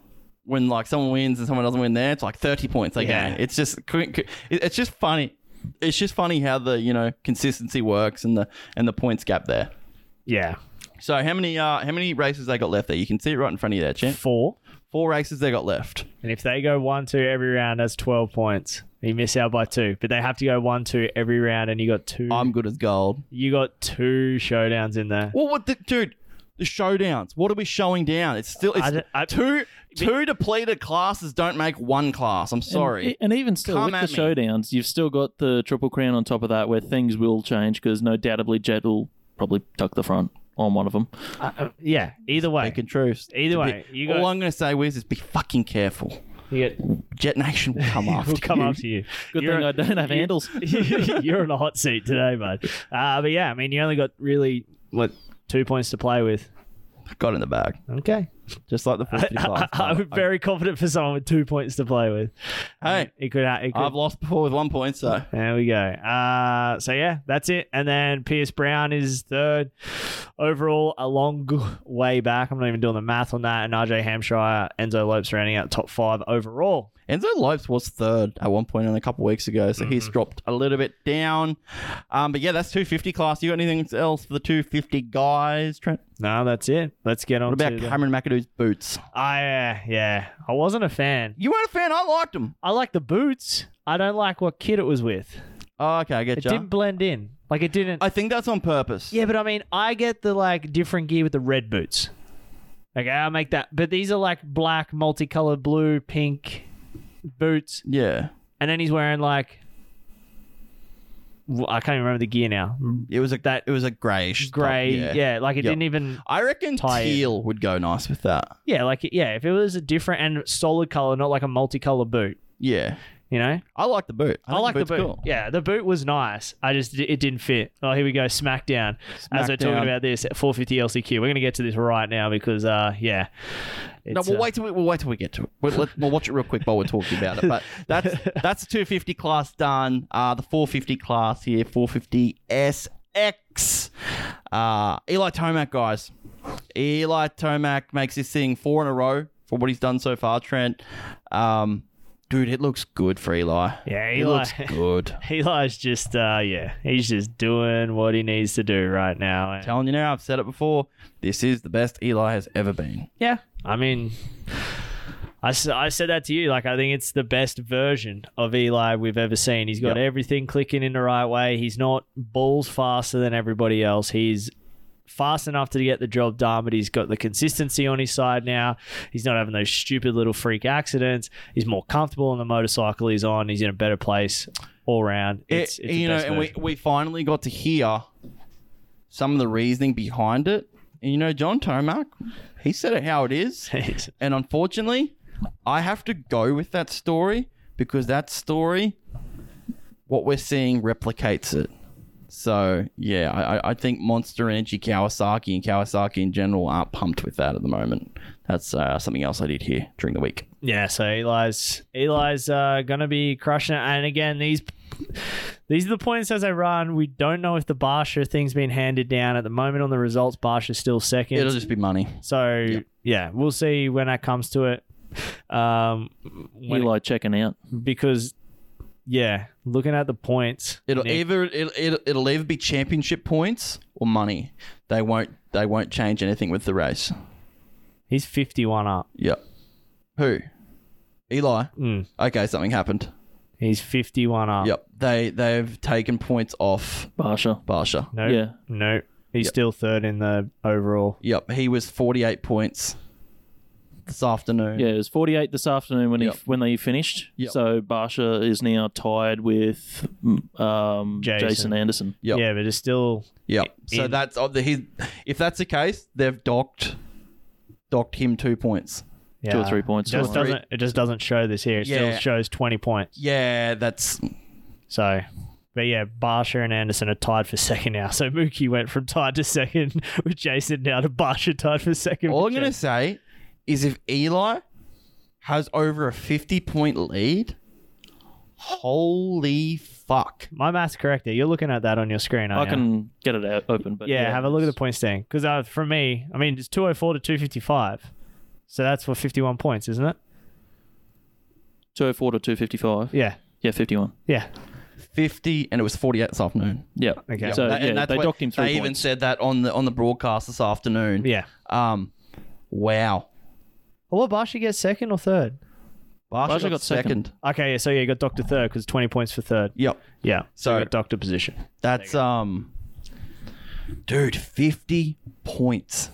when like someone wins and someone doesn't win there, it's like 30 points they
Yeah.
gain. It's just qu- qu- it- it's just funny. It's just funny how the you know consistency works and the and the points gap there.
Yeah,
So how many uh how many races they got left there? You can see it right in front of you there, Champ.
four.
Four races they got left.
And if they go one two every round, that's twelve points. You miss out by two, but they have to go one two every round, and you got two.
Um,
I'm good as gold.
you got two showdowns in there.
Well, what the dude? The showdowns. What are we showing down? It's still
I
it's
don't- I-
two two depleted classes don't make one class. I'm
e-,
sorry.
And, even still,
Come
with
at
the
me.
showdowns, you've still got the Triple Crown on top of that where things will change because no doubtably Jet will probably tuck the front on one of them.
Yeah, either way,
Speaking truth.
Either
To
way,
be-
you got-
all I'm going to say Wiz, is be fucking careful.
you get
Jet Nation will come after
will come
you.
after you.
Good
You're-
thing I don't have handles.
You're in a hot seat today, bud. Uh, but yeah, I mean, you only got really what two points to play with.
Got in the bag,
Okay,
just like the 50 class.
I'm very confident for someone with two points to play with.
hey,
It could. ha- It could
I've lost before with one point, so
There we go. Uh, so yeah, that's it. And then Pierce Brown is third overall, a long g- way back. I'm not even doing the math on that. And RJ Hampshire, Enzo Lopes rounding out top five overall.
Enzo Lopes was third at one point only a couple weeks ago, so
Mm-hmm.
he's dropped a little bit down. Um, but yeah, that's 250 class. You got anything else for the 250 guys, Trent?
No, that's it. Let's get on
What about
to the-
Cameron McAdoo's boots?
I uh, yeah, I wasn't a fan.
You weren't a fan. I liked them.
I like the boots. I don't like what kid it was with.
Oh, okay, I get
It
you.
didn't blend in. Like it didn't.
I think that's on purpose.
yeah, but I mean, I get the like different gear with the red boots. Okay, I'll make that. But these are like black, multicolored, blue, pink boots.
Yeah.
And then he's wearing like I can't even remember the gear now.
It was a that. It was a grayish.
Gray,
type,
Mm, yeah. like it
Yep.
didn't even
I reckon
Tie it.
teal would go nice with that.
Yeah, like yeah, if it was a different and solid color, not like a multicolored boot,
Yeah.
you know?
I like the boot. I,
I,
think
like the
boot's
boot.
Cool.
Yeah, the boot was nice. I just it didn't fit. Oh, here we go, SmackDown. As we're
Smackdown.
talking about this at 450 LCQ, we're gonna get to this right now because uh, yeah,
No,
it's,
we'll
uh,
wait till we, we'll wait till we get to it. We'll, let, we'll watch it real quick while we're talking about it. But that's that's the 250 class done. Uh, the 450 class here, 450 SX. Uh, Eli Tomac, guys. Eli Tomac makes this thing four in a row for what he's done so far. Trent, um, Dude, it looks good for Eli.
Yeah,
It
Eli
looks good.
Eli's just, uh, yeah, he's just doing what he needs to do right now. And-
Telling you now, I've said it before. This is the best Eli has ever been.
Yeah. I mean, I, s- I said that to you. Like, I think it's the best version of Eli we've ever seen. He's got everything clicking in the right way. He's not balls faster than everybody else. He's fast enough to get the job done, but he's got the consistency on his side now. He's not having those stupid little freak accidents. He's more comfortable on the motorcycle he's on. He's in a better place all round. It's,
It-
it's
you know, and we, we finally got to hear some of the reasoning behind it. And you know, John Tomac, he said it how it is. and unfortunately, I have to go with that story because that story, what we're seeing replicates it. So yeah, I, I- I think Monster Energy Kawasaki and Kawasaki in general aren't pumped with that at the moment. That's uh, something else I did here during the week.
Yeah, so Eli's Eli's uh, gonna be crushing it. And again, these these are the points as I run. We don't know if the Barsha thing's been handed down at the moment on the results. Barsha's still second.
It'll just be money.
So yeah, we'll see when that comes to it. Um, when
Eli checking out
because yeah, looking at the points,
It'll
Nick-
either it'll, it'll, it'll either be championship points or money. They won't they won't change anything with the race.
He's fifty one up.
Yep. Who? Eli.
Mm.
Okay, something happened.
He's fifty one up.
Yep. They they've taken points off
Barsha.
Barsha.
No,
Yeah.
no, he's
Yep.
still third in the overall.
Yep. He was forty eight points this afternoon.
Yeah, it was 48 this afternoon when
Yep.
he when they finished.
Yep.
So Barsha is now tied with um,
Jason.
Jason. Anderson.
Yep.
Yeah, but it's still
Yep. So
In-
that's of the his, if that's the case, they've docked docked him two points.
yeah.
Two or three points.
Just
Two or three.
doesn't it just doesn't show this here. It
Yeah.
still shows twenty points.
Yeah, that's
So, but yeah, Barsha and Anderson are tied for second now. So Mookie went from tied to second with Jason now to Barsha tied for second.
All I'm
with
going to
Jason.
say is if Eli has over a 50 point lead, holy fuck.
my math's correct. There, you're looking at that on your screen.
I
Aren't You?
can get it out, open,
Oh,
but
Yeah, have a look at the points thing. Because uh, for me, I mean, it's 204 to 255. So that's for 51 points, isn't it?
204 to 255.
Yeah.
Yeah, 51.
Yeah.
50 and it was 48 this afternoon.
Yeah.
Okay.
So
That-
yeah,
and that's
they
what-
docked him three
They even
points.
said that on the on the broadcast this afternoon.
Yeah.
Um wow.
Well, what, Barsha gets second or third?
Barsha,
Barsha
got,
got second.
second.
Okay, so yeah, you got Dr. third because 20 points for third.
Yep.
Yeah. So,
So-
you got Dr. position.
That's um dude, 50 points.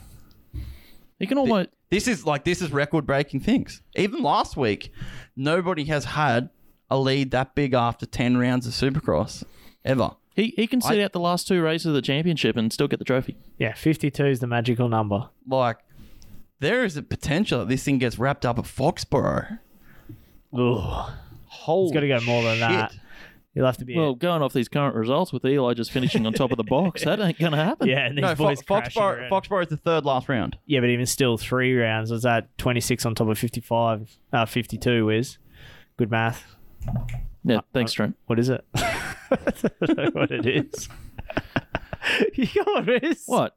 You can almost
This is like this is record breaking things. Even last week, nobody has had a lead that big after ten rounds of Supercross ever.
he, he can sit out the last two races of the championship and still get the trophy.
Yeah, 52 is the magical number.
Like there is a potential that this thing gets wrapped up at Foxborough.
Ugh.
Holy,
gotta go more than
shit.
that. You'll have to be.
Well, going off these current results with Eli just finishing on top of the box, that ain't going to happen.
yeah, and these
No, Fo-
boys crashing
Foxborough,
around.
Foxborough is the third last round.
Yeah, but even still, three rounds was that 26 on top of 55, uh, 52 is. Good math.
Yeah, thanks, Trent.
What is it? I don't know what it is. you got this.
What?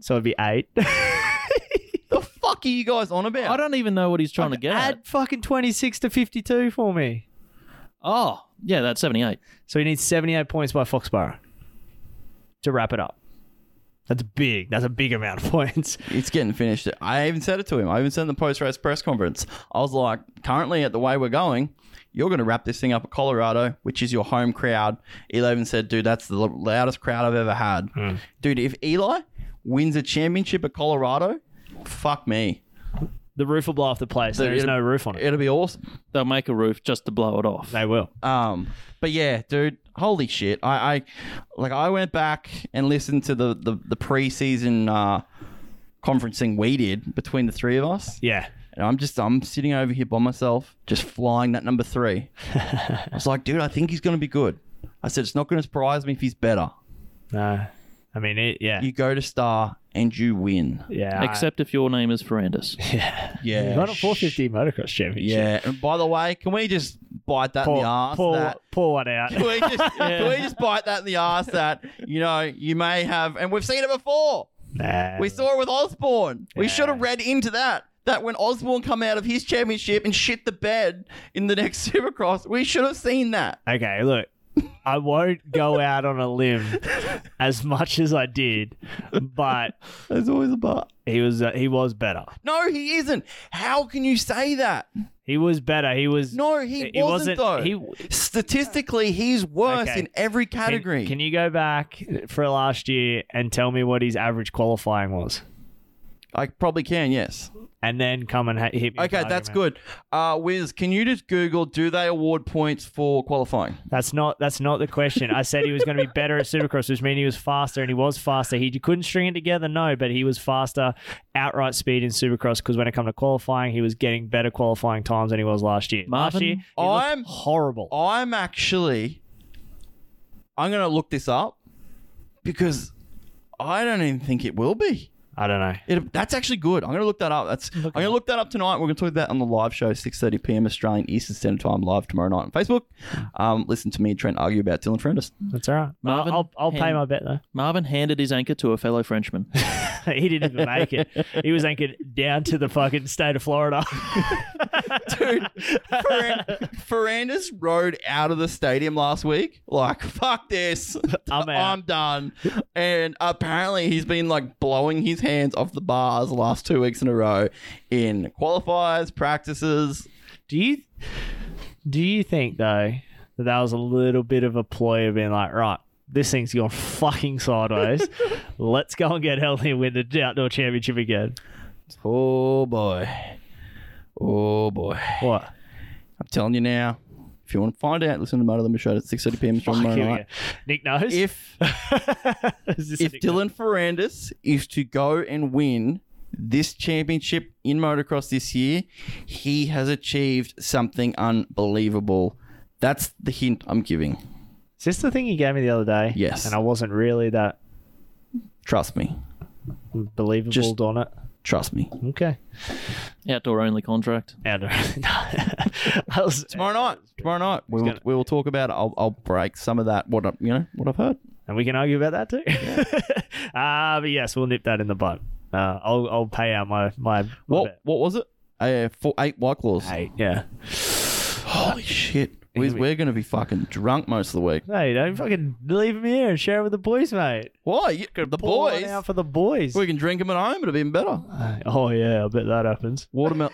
So it'd be eight.
The fuck are you guys on about?
I don't even know what he's trying to get. at.
Add fucking 26 to 52 for me.
Oh, yeah, that's 78.
So he needs 78 points by Foxborough to wrap it up. That's big. That's a big amount of points.
It's getting finished. I even said it to him. I even said in the post race press conference. I was like, currently at the way we're going, you're going to wrap this thing up at Colorado, which is your home crowd. Eli even said, dude, that's the l- loudest crowd I've ever had.
Hmm.
Dude, if Eli wins a championship at Colorado, fuck me.
The roof will blow off the place. There is
It'll-
no roof on it.
It'll be awesome.
They'll make a roof just to blow it off.
They will.
Um, but yeah, dude, holy shit. I, I like I went back and listened to the the, the preseason uh, conferencing we did between the three of us.
Yeah.
And I'm just I'm sitting over here by myself, just flying that number three. I was like, dude, I think he's gonna be good. I said, it's not gonna surprise me if he's better.
No. I mean, it, yeah.
You go to star and you win.
yeah. I-
Except if your name is Ferrandis.
Yeah.
He won a 450 motocross championship.
Yeah. And by the way, can we just bite that
Pour,
in the ass?
pour,
that
pour one out.
can we just can we just bite that in the ass that you know you may have and we've seen it before.
nah.
We saw it with Osborne. We should have read into that. that when Osborne come out of his championship and shit the bed in the next Supercross, we should have seen that.
Okay, look. I won't go out on a limb as much as I did, but
there's always a but.
He was uh, he was better.
No, he isn't. How can you say that?
He was better. He was
no, he, wasn't, though.
He
Statistically, he's worse
Okay.
in every
Can-
category.
Can, you go back for last year and tell me what his average qualifying was?
I probably can, yes.
And then come and ha- hit me. with
okay,
an
that's
argument.
good. Uh, Wiz, can you just Google do they award points for qualifying?
That's not that's not the question. I said he was going to be better at Supercross, which means he was faster, and he was faster. He couldn't string it together, no, but he was faster outright speed in Supercross because when it come to qualifying, he was getting better qualifying times than he was last year. last
Marvin,
year, he looked
I'm
horrible.
I'm actually I'm gonna look this up because I don't even think it will be.
I don't know.
It, that's actually good. I'm gonna look that up. That's I'm gonna look that up tonight. We're gonna talk about that on the live show, 6:30 p.m. Australian Eastern Standard Time, live tomorrow night on Facebook. Um, listen to me and Trent argue about Dylan Fernandez.
That's all right.
Marvin
I'll, I'll pay
Hen-
my bet though.
Marvin handed his anchor to a fellow Frenchman.
he didn't even make it. He was anchored down to the fucking state of Florida.
Dude, Ferran- Ferrandis rode out of the stadium last week. Like, fuck this.
I'm out.
I'm done. And apparently, he's been like blowing his hands off the bars the last two weeks in a row in qualifiers, practices.
Do you do you think though that that was a little bit of a ploy of being like, right, this thing's gone fucking sideways. Let's go and get healthy and win the outdoor championship again.
Oh boy. Oh boy.
What?
I'm telling you now. If you want to find out, listen to Motor Limit Show at 6.30 p.m.
Fuck,
tomorrow
here we
night.
go. Nick knows.
Oh If
Is this a
if
Nick
Dylan Ferrandis is to go and win this championship in motocross this year, he has achieved something unbelievable. That's the hint I'm giving.
Is this the thing you gave me the other day?
Yes.
And I wasn't really that
Trust me.
believable
Just-
on it.
Trust me.
Okay.
Outdoor only contract.
And I was
Tomorrow night. Tomorrow night. We will, we will talk about it. I'll, I'll break some of that, what I, you know, what I've heard.
And we can argue about that too. uh, but yes, we'll nip that in the butt. Uh, I'll I'll pay out my my, my
What
bet.
what was it? Uh, four, eight white claws.
Hey, yeah.
Holy shit. We're, we're going to be fucking drunk most of the week.
Hey, don't fucking leave me here and share it with the boys, mate.
Why? You- The
Pour one
boys.
out for the boys.
We can drink them at home. It'll be even better.
Oh yeah, I bet that happens.
Watermelon.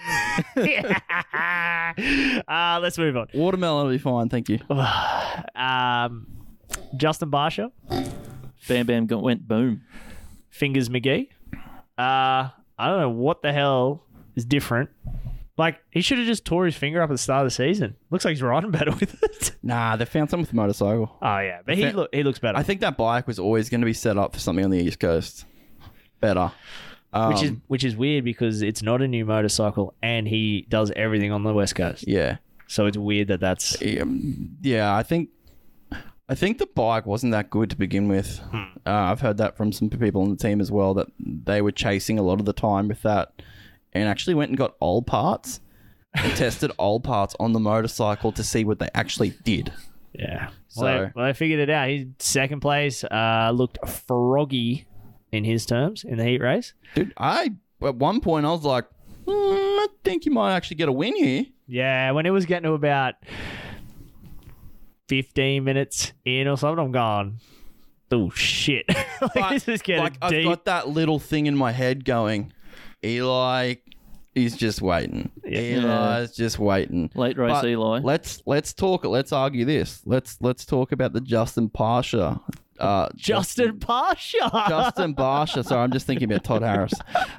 uh, let's move on.
Watermelon will be fine. Thank you.
Um, Justin Barsha,
Bam Bam go- went boom.
Fingers McGee. Uh, I don't know what the hell is different. Like he should have just tore his finger up at the start of the season. Looks like he's riding better with it.
Nah, they found something with the motorcycle.
Oh yeah, but he
think-
look, he looks better,
I think that bike was always going to be set up for something on the East Coast. Better. Um,
which is which is weird because it's not a new motorcycle and he does everything on the west coast.
yeah,
So it's weird that that's
Um, yeah. I think I think the bike wasn't that good to begin with. Uh, I've heard that from some people on the team as well that they were chasing a lot of the time with that, and actually went and got old parts and tested old parts on the motorcycle to see what they actually did.
yeah.
So-
well, they, well, they figured it out. He's second place. Uh, looked froggy in his terms in the heat race.
Dude, I at one point I was like, "Hmm, I think you might actually get a win here.
Yeah, when it was getting to about fifteen minutes in or something, I'm gone. Oh shit! like,
But,
this is getting
like, I've
deep.
got that little thing in my head going, Eli is just waiting. Eli's just waiting.
Late race
But
Eli.
Let's let's talk. Let's argue this. Let's let's talk about the Justin Parsha. Uh,
Justin Parsha.
Justin Barsha. Sorry, I'm just thinking about Todd Harris.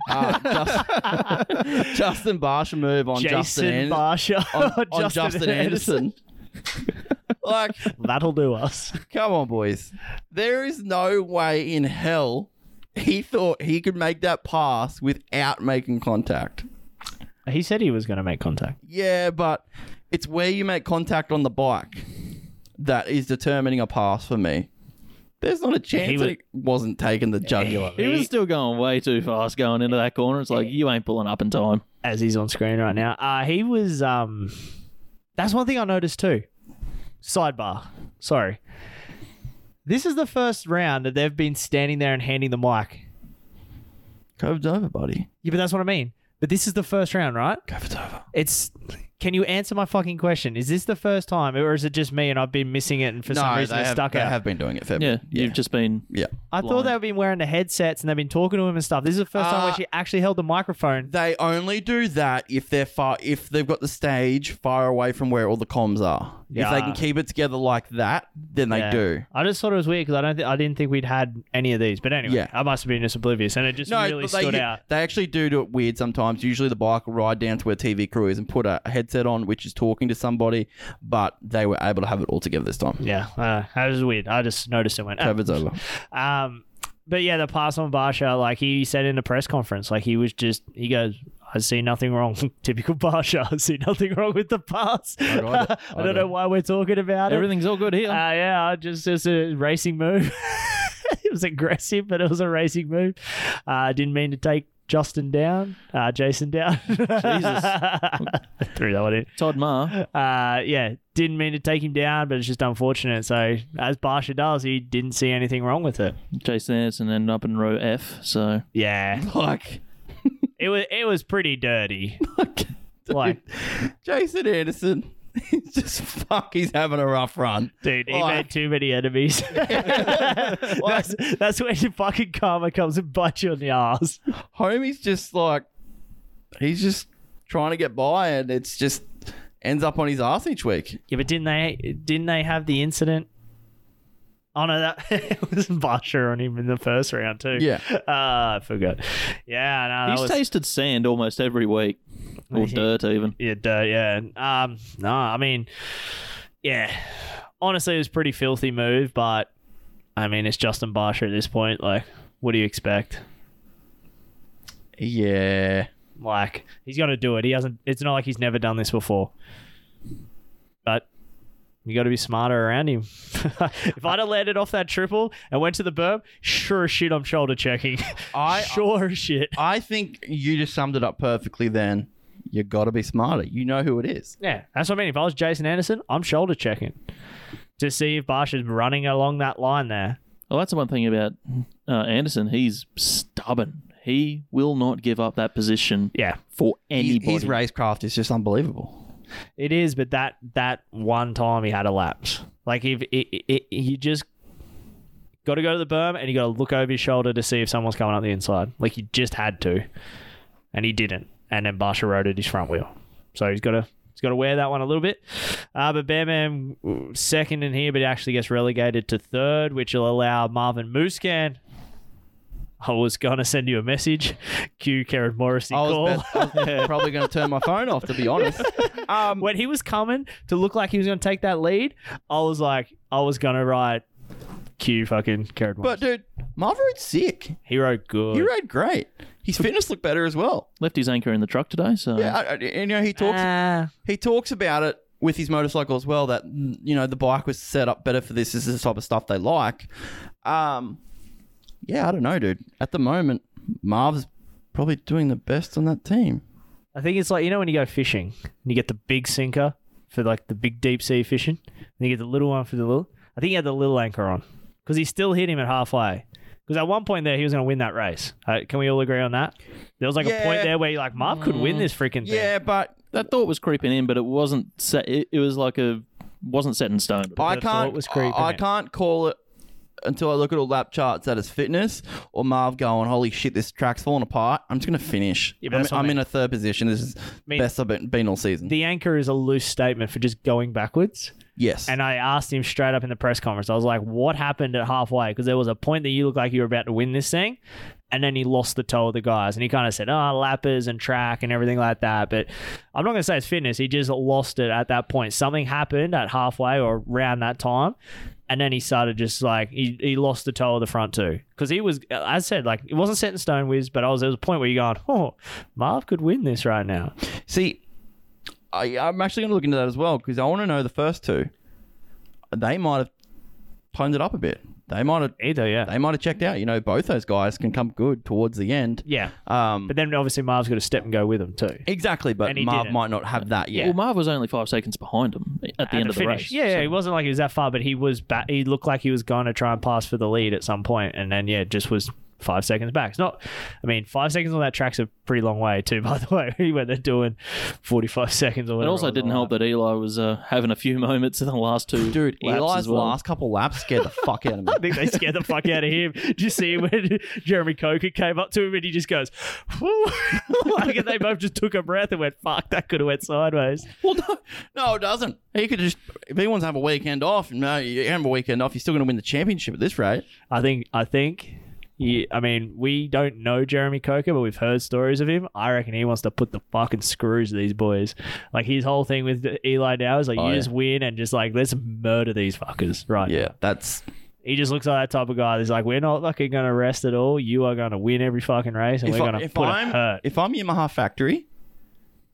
Uh, Justin, Justin Barsha move on Justin
Jason
An-
Barsha.
on, on Justin, Anderson. like,
That'll do us.
Come on, boys. There is no way in hell he thought he could make that pass without making contact.
He said he was going to make contact.
Yeah, but it's where you make contact on the bike that is determining a pass for me. There's not a chance
He
he
was-
that it wasn't taking the jugular.
He was still going way too fast going into that corner. It's like you ain't pulling up in time.
as he's on screen right now. Uh, he was. Um, that's one thing I noticed too. Sidebar. Sorry. This is the first round that they've been standing there and handing the mic.
Curved over, buddy.
Yeah, but that's what I mean. But this is the first round, right?
Covid's over.
It's. Can you answer my fucking question? Is this the first time, or is it just me and I've been missing it, and for some
No,
reason
they
it's
have-
stuck
they
out?
have been doing it. Fair
Yeah,
bit. yeah.
you've just been.
Yeah.
I thought they've been wearing the headsets and they've been talking to him and stuff. This is the first time where
Uh,
she actually held the microphone.
They only do that if they're far if they've got the stage far away from where all the comms are. If they
Yeah.
can keep it together like that, then they
Yeah.
do.
I just thought it was weird because I don't. Th- I didn't think we'd had any of these. But anyway,
Yeah.
I must have been just oblivious, and it just really
but
stood
they,
out.
they actually do do it weird sometimes. Usually the bike will ride down to where TV crew is and put a headset on, which is talking to somebody, but they were able to have it all together this time.
Yeah, uh, that was weird. I just noticed it went. "Oh."
COVID's over.
Um, but yeah, the pass on Barsha, like he said in the press conference, like he was just he goes, I see nothing wrong. Typical Barsha, I see nothing wrong with the pass. I,
got it. I
don't
got
know
it.
why we're talking about it.
Everything's all good here.
Uh, yeah, I just it's a racing move. it was aggressive, but it was a racing move. I uh, didn't mean to take Justin down, uh, Jason down.
Jesus.
Threw that one in.
Todd Ma.
Uh, yeah, didn't mean to take him down, but it's just unfortunate. So as Barsha does, he didn't see anything wrong with it.
Jason Anderson ended up in row F. So
Yeah,
Like
it was it was pretty dirty. like,
Jason Anderson. He's just fuck. He's having a rough run.
dude, he
Like-
made too many enemies. that's, that's when your fucking karma comes and bites you on the ass.
homie's just like he's just trying to get by and it's just ends up on his ass each week.
Yeah, but didn't they didn't they have the incident? Oh no, that it was Barsha on him in the first round too.
Yeah.
uh, I forgot. Yeah, no, that
he's
was,
tasted sand almost every week, or dirt even.
Yeah, dirt, yeah. Um, no, I mean, yeah. Honestly, it was a pretty filthy move, but I mean, it's Justin Barsha at this point. Like, what do you expect?
Yeah.
Like, he's gonna do it. He hasn't. It's not like he's never done this before. But you got to be smarter around him. if I'd have landed off that triple and went to the berm, sure as shit, I'm shoulder checking.
I-
sure as shit.
I think you just summed it up perfectly then. You gotta be smarter. You know who it is.
Yeah, that's what I mean. If I was Jason Anderson, I'm shoulder checking to see if Barsha's running along that line there.
Well, that's the one thing about uh, Anderson. He's stubborn. He will not give up that position
Yeah,
for
His,
anybody.
his racecraft is just unbelievable.
it is. But that that one time he had a lapse. Like if it, it, it, you just got to go to the berm and you got to look over your shoulder to see if someone's coming up the inside. Like you just had to, and he didn't. And then Barsha roaded his front wheel, so he's got to. He's got to wear that one a little bit. Uh, but Bearman uh, second in here, but he actually gets relegated to third, which will allow Marvin Muscan. I was going to send you a message. Cue Karen Morrissey
I was,
call.
about- I was probably gonna turn my phone off to be honest. Um,
when he was coming to look like he was going to take that lead, I was like, I was going to write Q fucking Carrot
but dude, Marv rode sick.
He wrote good.
He rode great. His fitness looked better as well.
Left his anchor in the truck today, so
Yeah, I, I- uh, you know he talks.
Ah.
he talks about it with his motorcycle as well that mm, you know the bike was set up better for this. This is the type of stuff they like. Um, yeah, I don't know, dude. At the moment, Marv's probably doing the best on that team.
I think it's like, you know, when you go fishing and you get the big sinker for like the big deep sea fishing, and you get the little one for the little. I think he had the little anchor on because he still hit him at halfway. Because at one point there, he was going to win that race. Uh, can we all agree on that? There was like a point
Yeah.
there where you're like, Marv could win this freaking thing.
Yeah, but
that thought was creeping in, but it wasn't set. It, it was like a wasn't set in stone.
I
the
can't.
thought was creeping
I
in.
can't call it until I look at all lap charts at his fitness or Marv going, "Holy shit, this track's falling apart." I'm just gonna finish.
Yeah, but
I'm,
that's what I
I'm
mean.
in a third position. This is
mean-
best I've been, been all season.
The anchor is a loose statement for just going backwards.
yes,
And I asked him straight up in the press conference. I was like, "What happened at halfway?" Because there was a point that you looked like you were about to win this thing, and then he lost the toe of the guys, and he kind of said, "Ah, lappers and track and everything like that." But I'm not gonna say it's fitness. He just lost it at that point. Something happened at halfway or around that time, and then he started just like he, he lost the toe of the front too because he was, as I said, like it wasn't set in stone, Wiz, but I was there was a point where you're going, "Oh, Marv could win this right now."
See, I, I'm actually going to look into that as well because I want to know the first two. They might have toned it up a bit. They might have.
Either, yeah,
They might have checked out. You know, both those guys can come good towards the end.
yeah.
Um,
But then obviously Marv's got to step and go with him too.
exactly. But
And he
Marv
didn't.
might not have that yet.
Well, Marv was only five seconds behind him at the
at
end
the
of the
finish.
race.
Yeah, yeah, he wasn't like he was that far, but he was. Ba- he looked like he was going to try and pass for the lead at some point, and then yeah, just was five seconds back. It's not, I mean, five seconds on that track's a pretty long way too. By the way, when they're doing forty-five seconds or
It
whatever.
also
on the
didn't help that Eli was uh, having a few moments in the last two.
Dude,
laps
Eli's
as well.
last couple laps scared the fuck out of me.
I think they scared the fuck out of him. Did you see when Jeremy Coker came up to him and he just goes, "Whew." like and they both just took a breath and went, fuck, that could have went sideways.
Well, no, no, it doesn't. He could just if he wants to have a weekend off. No, you have a weekend off. You're still going to win the championship at this rate.
I think, I think, he, I mean, we don't know Jeremy Coker, but we've heard stories of him. I reckon he wants to put the fucking screws to these boys. Like his whole thing with Eli now is like,
Oh,
you
yeah.
just win and just like, let's murder these fuckers. Right.
Yeah, that's
He just looks like that type of guy that's like, we're not fucking going to rest at all. You are going to win every fucking race and
if,
we're
I,
going to
if
put
I'm
it hurt.
if I'm Yamaha factory,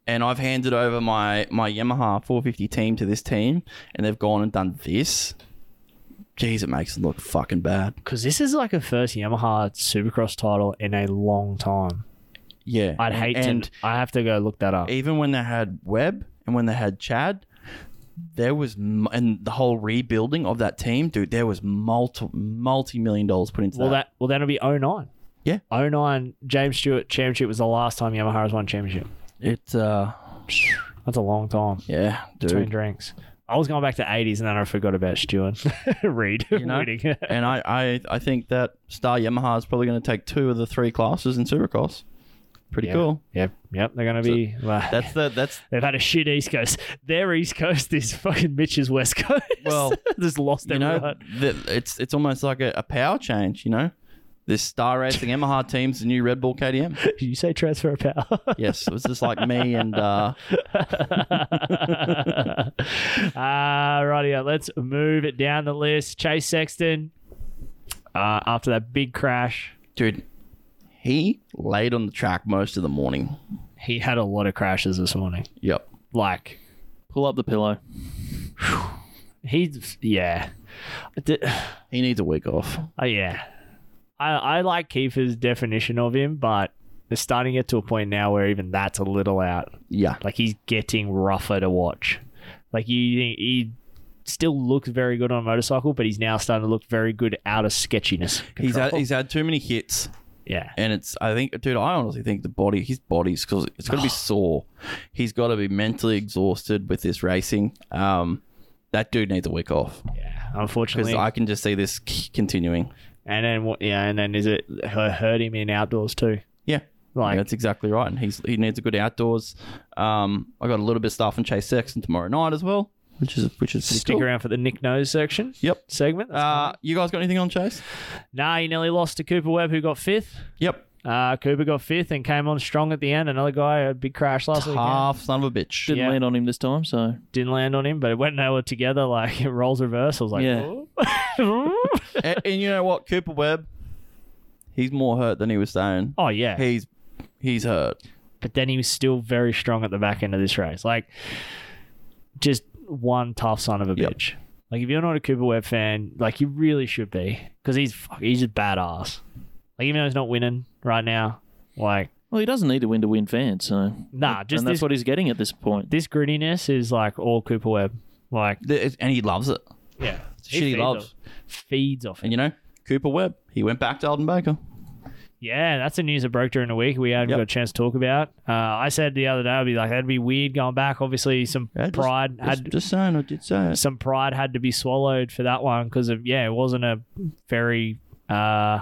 and I've handed over my my Yamaha 450 team to this team, and they've gone and done this. Jeez, it makes them look fucking bad.
Because this is like a first Yamaha Supercross title in a long time.
Yeah,
I'd hate
and,
to. I have to go look that up.
even when they had Webb and when they had Chad, there was m- and the whole rebuilding of that team, dude. There was multi multi million dollars put into
Well, that well, then it'll be 09.
Yeah.
09 James Stewart Championship was the last time Yamaha has won championship.
It's uh,
That's a long time
yeah, dude.
between drinks. I was going back to 80s and then I forgot about Stewart. Reed
you know?
winning.
and I, I, I think that Star Yamaha is probably going to take two of the three classes in Supercross. Pretty
Yeah.
cool.
Yep, yep. They're going to be. like,
That's the that's
they've had a shit East Coast. Their East Coast is fucking Mitch's West Coast.
Well,
just lost
you
everyone.
know the, it's it's almost like a, a power change. You know, this Star Racing Yamaha team's the new Red Bull KTM.
Did you say transfer of power?
Yes, it was just like me and uh,
uh, rightio, let's move it down the list. Chase Sexton, uh, after that big crash,
dude. He laid on the track most of the morning.
he had a lot of crashes this morning.
Yep.
Like
Pull up the pillow.
he's yeah, I did-
He needs a week off.
oh yeah. I I like Kiefer's definition of him, but it's starting to get to a point now where even that's a little out.
Yeah.
Like he's getting rougher to watch. Like you think he still looks very good on a motorcycle, but he's now starting to look very good out of sketchiness.
He's had,
control.
he's had too many hits.
yeah.
and it's I think, dude, I honestly think the body, his body's because it's gonna be sore. He's got to be mentally exhausted with this racing. Um, that dude needs a week off because
Unfortunately,
I can just see this c- continuing.
and then what? Yeah, and then is it her hurt him in outdoors too?
Yeah,
Like-
Yeah, that's exactly right. And he's he needs a good outdoors. Um, I got a little bit of stuff on Chase Sexton tomorrow night as well, which is which is pretty
Stick
cool.
around for the Nick Nose section
Yep.
segment.
Uh, you guys got anything on Chase?
nah, he nearly lost to Cooper Webb, who got fifth.
Yep.
Uh, Cooper got fifth and came on strong at the end. Another guy, a big crash last weekend.
Half son of a bitch.
Didn't
Yeah.
land on him this time, so
Didn't land on him, but when they were together, like it rolls reverse. I was like,
Yeah.
oh,
and, and you know what, Cooper Webb, he's more hurt than he was saying.
Oh, yeah.
He's he's hurt.
but then he was still very strong at the back end of this race. Like, just one tough son of a
Yep.
bitch. Like, if you're not a Cooper Webb fan, like you really should be, because he's fuck, he's just badass. Like, even though he's not winning right now, like
well, he doesn't need to win to win fans. So
nah, just
and that's
this
what he's getting at this point.
this grittiness is like all Cooper Webb. Like,
Th- And he loves it.
yeah,
Shit he
feeds
loves.
off- feeds off
And
it.
you know, Cooper Webb, he went back to Alden Baker.
Yeah, that's the news that broke during the week. We hadn't
Yep.
got a chance to talk about. Uh, I said the other day, I'd be like, that'd be weird going back. Obviously, some
Yeah, just-
pride
Just,
had
just saying, I did say it.
some pride had to be swallowed for that one because of yeah, it wasn't a very uh,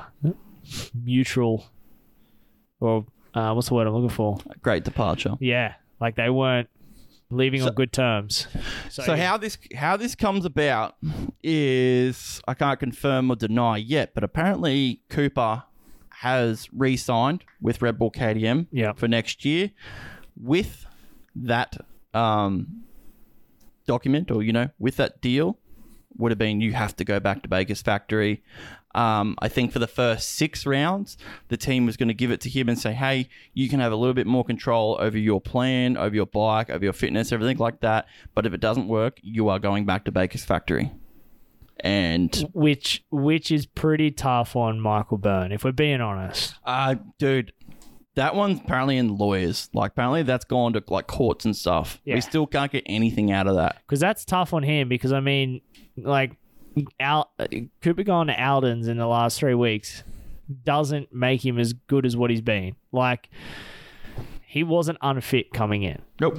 mutual or uh, what's the word I'm looking for?
Great departure.
Yeah, like they weren't leaving
So-
on good terms. So,
So how this how this comes about is I can't confirm or deny yet, but apparently Cooper has re-signed with Red Bull KTM
Yeah.
for next year with that um, document or you know with that deal would have been you have to go back to Baker's factory. Um, I think for the first six rounds, the team was going to give it to him and say, "Hey, you can have a little bit more control over your plan, over your bike, over your fitness, everything like that. But if it doesn't work, you are going back to Baker's factory." And
which which is pretty tough on Michael Byrne, if we're being honest.
uh, dude, that one's apparently in lawyers. Like apparently that's gone to like courts and stuff.
Yeah.
We still can't get anything out of that.
because that's tough on him. Because I mean, like, Al uh, Cooper gone to Alden's in the last three weeks, doesn't make him as good as what he's been. Like he wasn't unfit coming in.
Nope.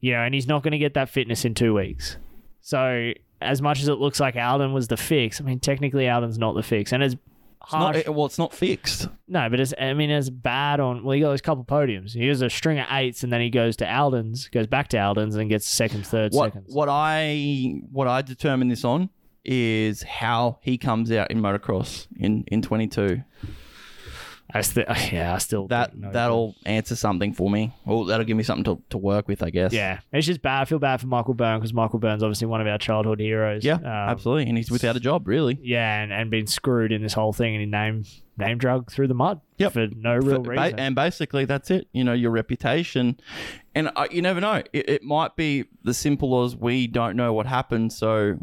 You know, and he's not going to get that fitness in two weeks. So as much as it looks like Alden was the fix, I mean, technically Alden's not the fix, and it's
It's not,
harsh.
it- well, it's not fixed.
No, but it's I mean it's bad on well he got those couple podiums. He was a string of eights and then he goes to Alden's, goes back to Alden's and gets second, third,
What
second.
what I what I determine this on is how he comes out in motocross in in 22.
I still yeah, I still
that
don't know.
that'll answer something for me. Or that'll give me something to, to work with, I guess.
Yeah. It's just bad. I feel bad for Michael Byrne because Michael Byrne's obviously one of our childhood heroes.
Yeah,
Um,
absolutely. And he's without a job, really.
Yeah, and, and been screwed in this whole thing and he name name drug through the mud for no real
But ba-
reason.
and basically, that's it. You know, your reputation, and I, you never know. It, it might be the simple as we don't know what happened, so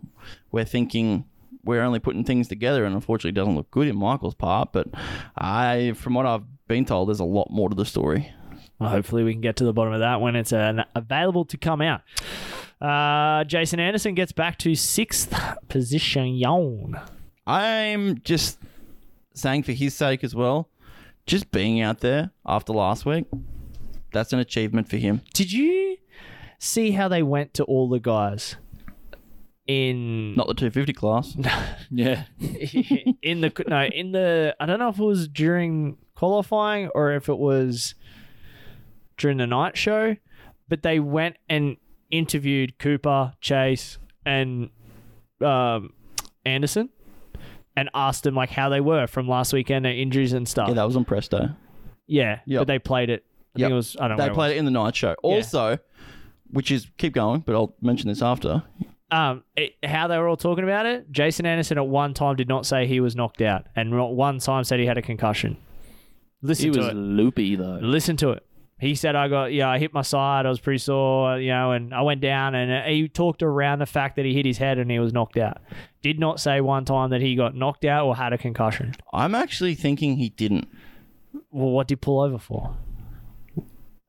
we're thinking we're only putting things together, and unfortunately, it doesn't look good in Michael's part. But I, from what I've been told, there's a lot more to the story.
Well, hopefully, we can get to the bottom of that when it's uh, available to come out. Uh, Jason Anderson gets back to sixth position. Yawn.
I'm just saying for his sake as well, just being out there after last week, that's an achievement for him.
Did you see how they went to all the guys in
Not the 250 class.
Yeah.
in the no in the I don't know if it was during qualifying or if it was during the night show, but they went and interviewed Cooper, Chase, and um, Anderson, and asked them like how they were from last weekend, their injuries and stuff.
yeah, that was on Presto.
Yeah,
Yep.
but they played it. I
Yep.
think it was. I don't know.
They
where
played
was.
it in the night show. Also, which is keep going, but I'll mention this after.
Um, it, how they were all talking about it. Jason Anderson at one time did not say he was knocked out, and not one time said he had a concussion. Listen
he
to
was
it.
loopy though.
Listen to it. He said, "I got yeah, I hit my side. I was pretty sore, you know, and I went down." And he talked around the fact that he hit his head and he was knocked out. Did not say one time that he got knocked out or had a concussion.
I'm actually thinking he didn't.
Well, what did he pull over for?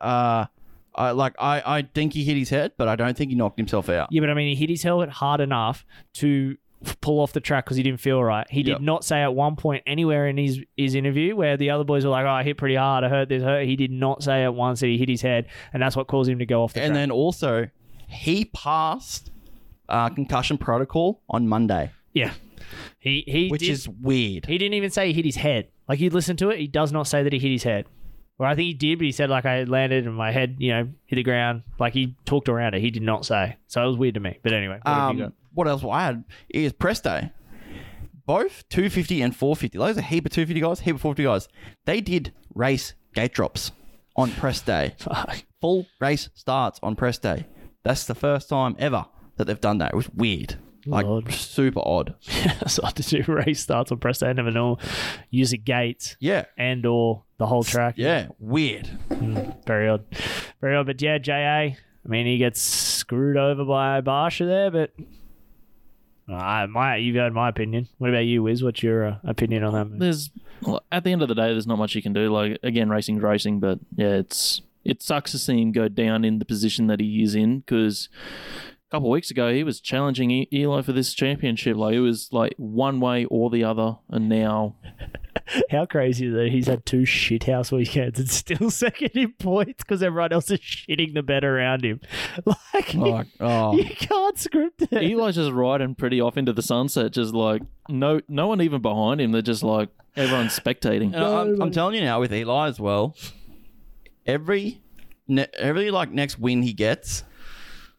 Uh I like I, I think he hit his head, but I don't think he knocked himself out.
Yeah, but I mean, he hit his helmet hard enough to f- pull off the track because he didn't feel right. He
Yep.
did not say at one point anywhere in his, his interview where the other boys were like, "Oh, I hit pretty hard. I hurt this hurt." He did not say at once that he hit his head, and that's what caused him to go off the
And
track.
then also he passed uh, concussion protocol on Monday.
yeah, he he
Which
did-
is weird.
he didn't even say he hit his head. Like you listen to it, he does not say that he hit his head. Or I think he did, but he said like I landed and my head, you know, hit the ground. Like he talked around it. He did not say. So it was weird to me. But anyway, what have you got?
Um, what else I had is Presto. Both 250 and 450. Those are heap of 250 guys, heap of 450 guys. They did race gate drops on press day. Full race starts on press day. That's the first time ever that they've done that. It was weird. Like, super odd.
so I did do race starts on press day, never know. Use a gate.
Yeah.
And or the whole track.
Yeah. Weird.
Very odd. Very odd. But yeah, JA. I mean, he gets screwed over by Barsha there, but I my you've heard my opinion. What about you, Wiz? What's your uh, opinion on that? move?
There's well, at the end of the day, there's not much you can do. Like again, racing's racing, but yeah, it's it sucks to see him go down in the position that he is in because a couple of weeks ago he was challenging E- Eli for this championship. Like it was like one way or the other, and now
How crazy that he's had two shithouse weekends and still second in points because everyone else is shitting the bed around him. Like,
Like, oh.
you can't script it.
Eli's just riding pretty off into the sunset, just like no no one even behind him. They're just like everyone's spectating.
And I- I'm, I'm telling you now, with Eli as well, every ne- every like next win he gets,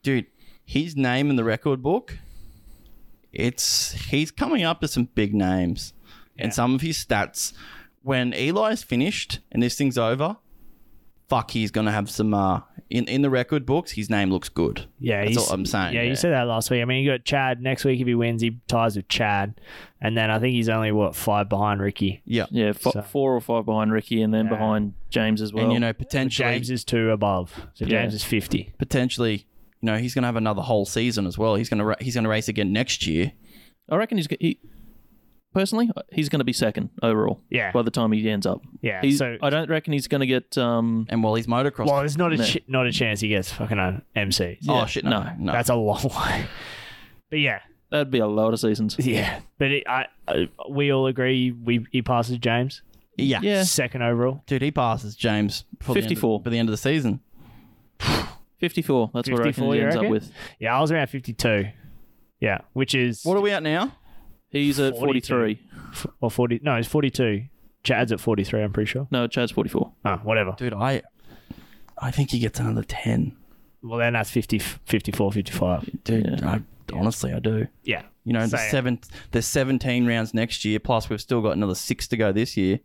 dude, his name in the record book, it's he's coming up to some big names, and some of his stats. When Eli's finished and this thing's over, fuck, he's gonna have some uh in in the record books. His name looks good.
Yeah,
that's
he's-
all I'm saying.
Yeah, you said that last week. I mean, you got Chad next week if he wins, he ties with Chad, and then I think he's only what five behind Ricky.
yeah,
yeah, f-
So-
four or five behind Ricky, and then behind James as well.
and you know potentially
James is two above, so
Yeah.
James is fifty.
potentially. You know he's going to have another whole season as well. He's going to ra- he's going to race again next year.
I reckon he's g- he personally he's going to be second overall.
Yeah.
By the time he ends up.
Yeah,
He's-
so-
I don't reckon he's going to get um.
And while he's motocross,
Well, there's not a
No.
ch- not a chance he gets fucking an MC.
oh shit, no,
no.
no,
That's a long way. But yeah,
That'd be a lot of seasons.
yeah. But it, I, I, we all agree we he passes James.
Yeah.
Yeah.
Second overall.
Dude, he passes James for the end of-
54.
for the end of the season.
54. That's what I reckon
54,
he
you
ends up
reckon?
with.
Yeah, I was around 52. Yeah, which is
What are we at now?
He's at
42.
43.
f- or 40. No, it's 42. Chad's at 43, I'm pretty sure.
No, Chad's 44.
Oh, whatever.
Dude, I I think he gets another 10.
Well, then that's 50, 54, 55.
Dude, I, honestly, I do.
Yeah.
You know, there's
Same.
seven, there's 17 rounds next year, plus we've still got another six to go this year.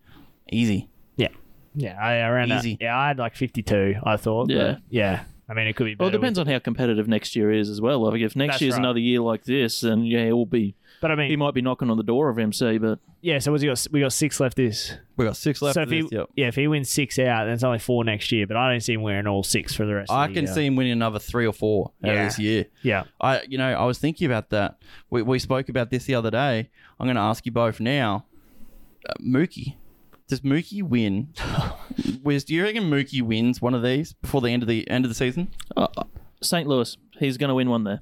Easy.
Yeah. Yeah, I around that.
Easy.
Yeah, I had like 52, I thought. but
Yeah.
yeah. I mean, it could be better.
Well, it depends on how competitive next year is as well. Like, if next
That's
year's
right.
another year like this, then yeah, it will be.
But I
He
mean,
might be knocking on the door of MC, but
yeah, so what's he got? we got six left this.
we got six left.
so
of
if he,
this, yep.
yeah, if he wins six out, then it's only four next year. But I don't see him wearing all six for the rest.
I
of the
can
year.
see him winning another three or four out
Yeah.
of this year.
Yeah,
I, you know, I was thinking about that. We, we spoke about this the other day. I'm going to ask you both now. Uh, Mookie, does Mookie win? Wiz, do you reckon Mookie wins one of these before the end of the end of the season?
uh, St. Louis, he's going to win one there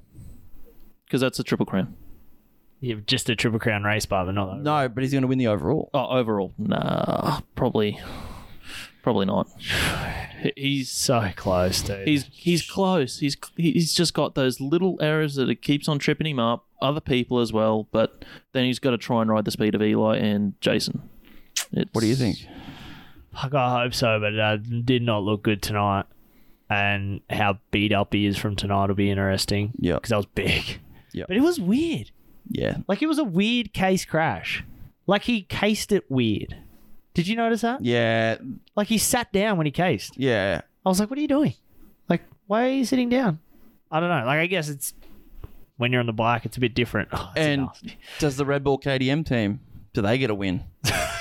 because that's a triple crown.
yeah, just a triple crown race, bar, but not.
No, but he's going to win the overall.
Oh, overall, nah, probably, probably not. He's
So close, dude.
he's he's close. He's he's just got those little errors that it keeps on tripping him up. Other people as well, but then he's got to try and ride the speed of Eli and Jason. It's,
What do you think?
Fuck, I hope so, but uh, did not look good tonight. And how beat up he is from tonight will be interesting.
Yeah.
because that was big.
Yeah.
but it was weird.
Yeah.
Like it was a weird case crash. Like he cased it weird. Did you notice that?
Yeah.
Like he sat down when he cased.
Yeah.
I was like, "What are you doing? Like, why are you sitting down?" I don't know. Like, I guess it's when you're on the bike, it's a bit different. Oh, it's
And
nasty.
does the Red Bull KDM team, do they get a win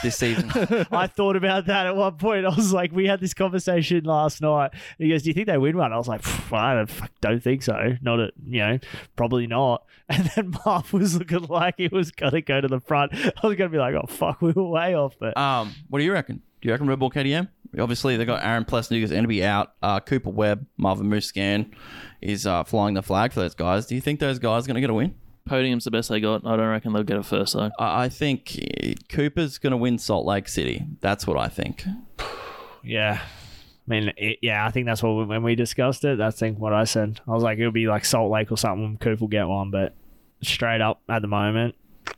this season?
I thought about that at one point. I was like, "We had this conversation last night." And he goes, "Do you think they win one?" I was like, "Pff, "I don't, fuck, don't think so. Not at you know, probably not." And then Mark was looking like he was gonna go to the front. I was gonna be like, "Oh fuck, we were way off." But
Um, what do you reckon? Do you reckon Red Bull KDM? Obviously, they got Aaron Plesnugas going to be out. Uh, Cooper Webb, Marvin Muscan is uh, flying the flag for those guys. Do you think those guys are going to get a win?
Podium's the best they got. I don't reckon they'll get it first though.
I I think eh, Cooper's going to win Salt Lake City. That's what I think.
Yeah. I mean, it, yeah, I think that's what when we discussed it, that's think what I said. I was like, it'll be like Salt Lake or something. Coop will get one, but straight up at the moment,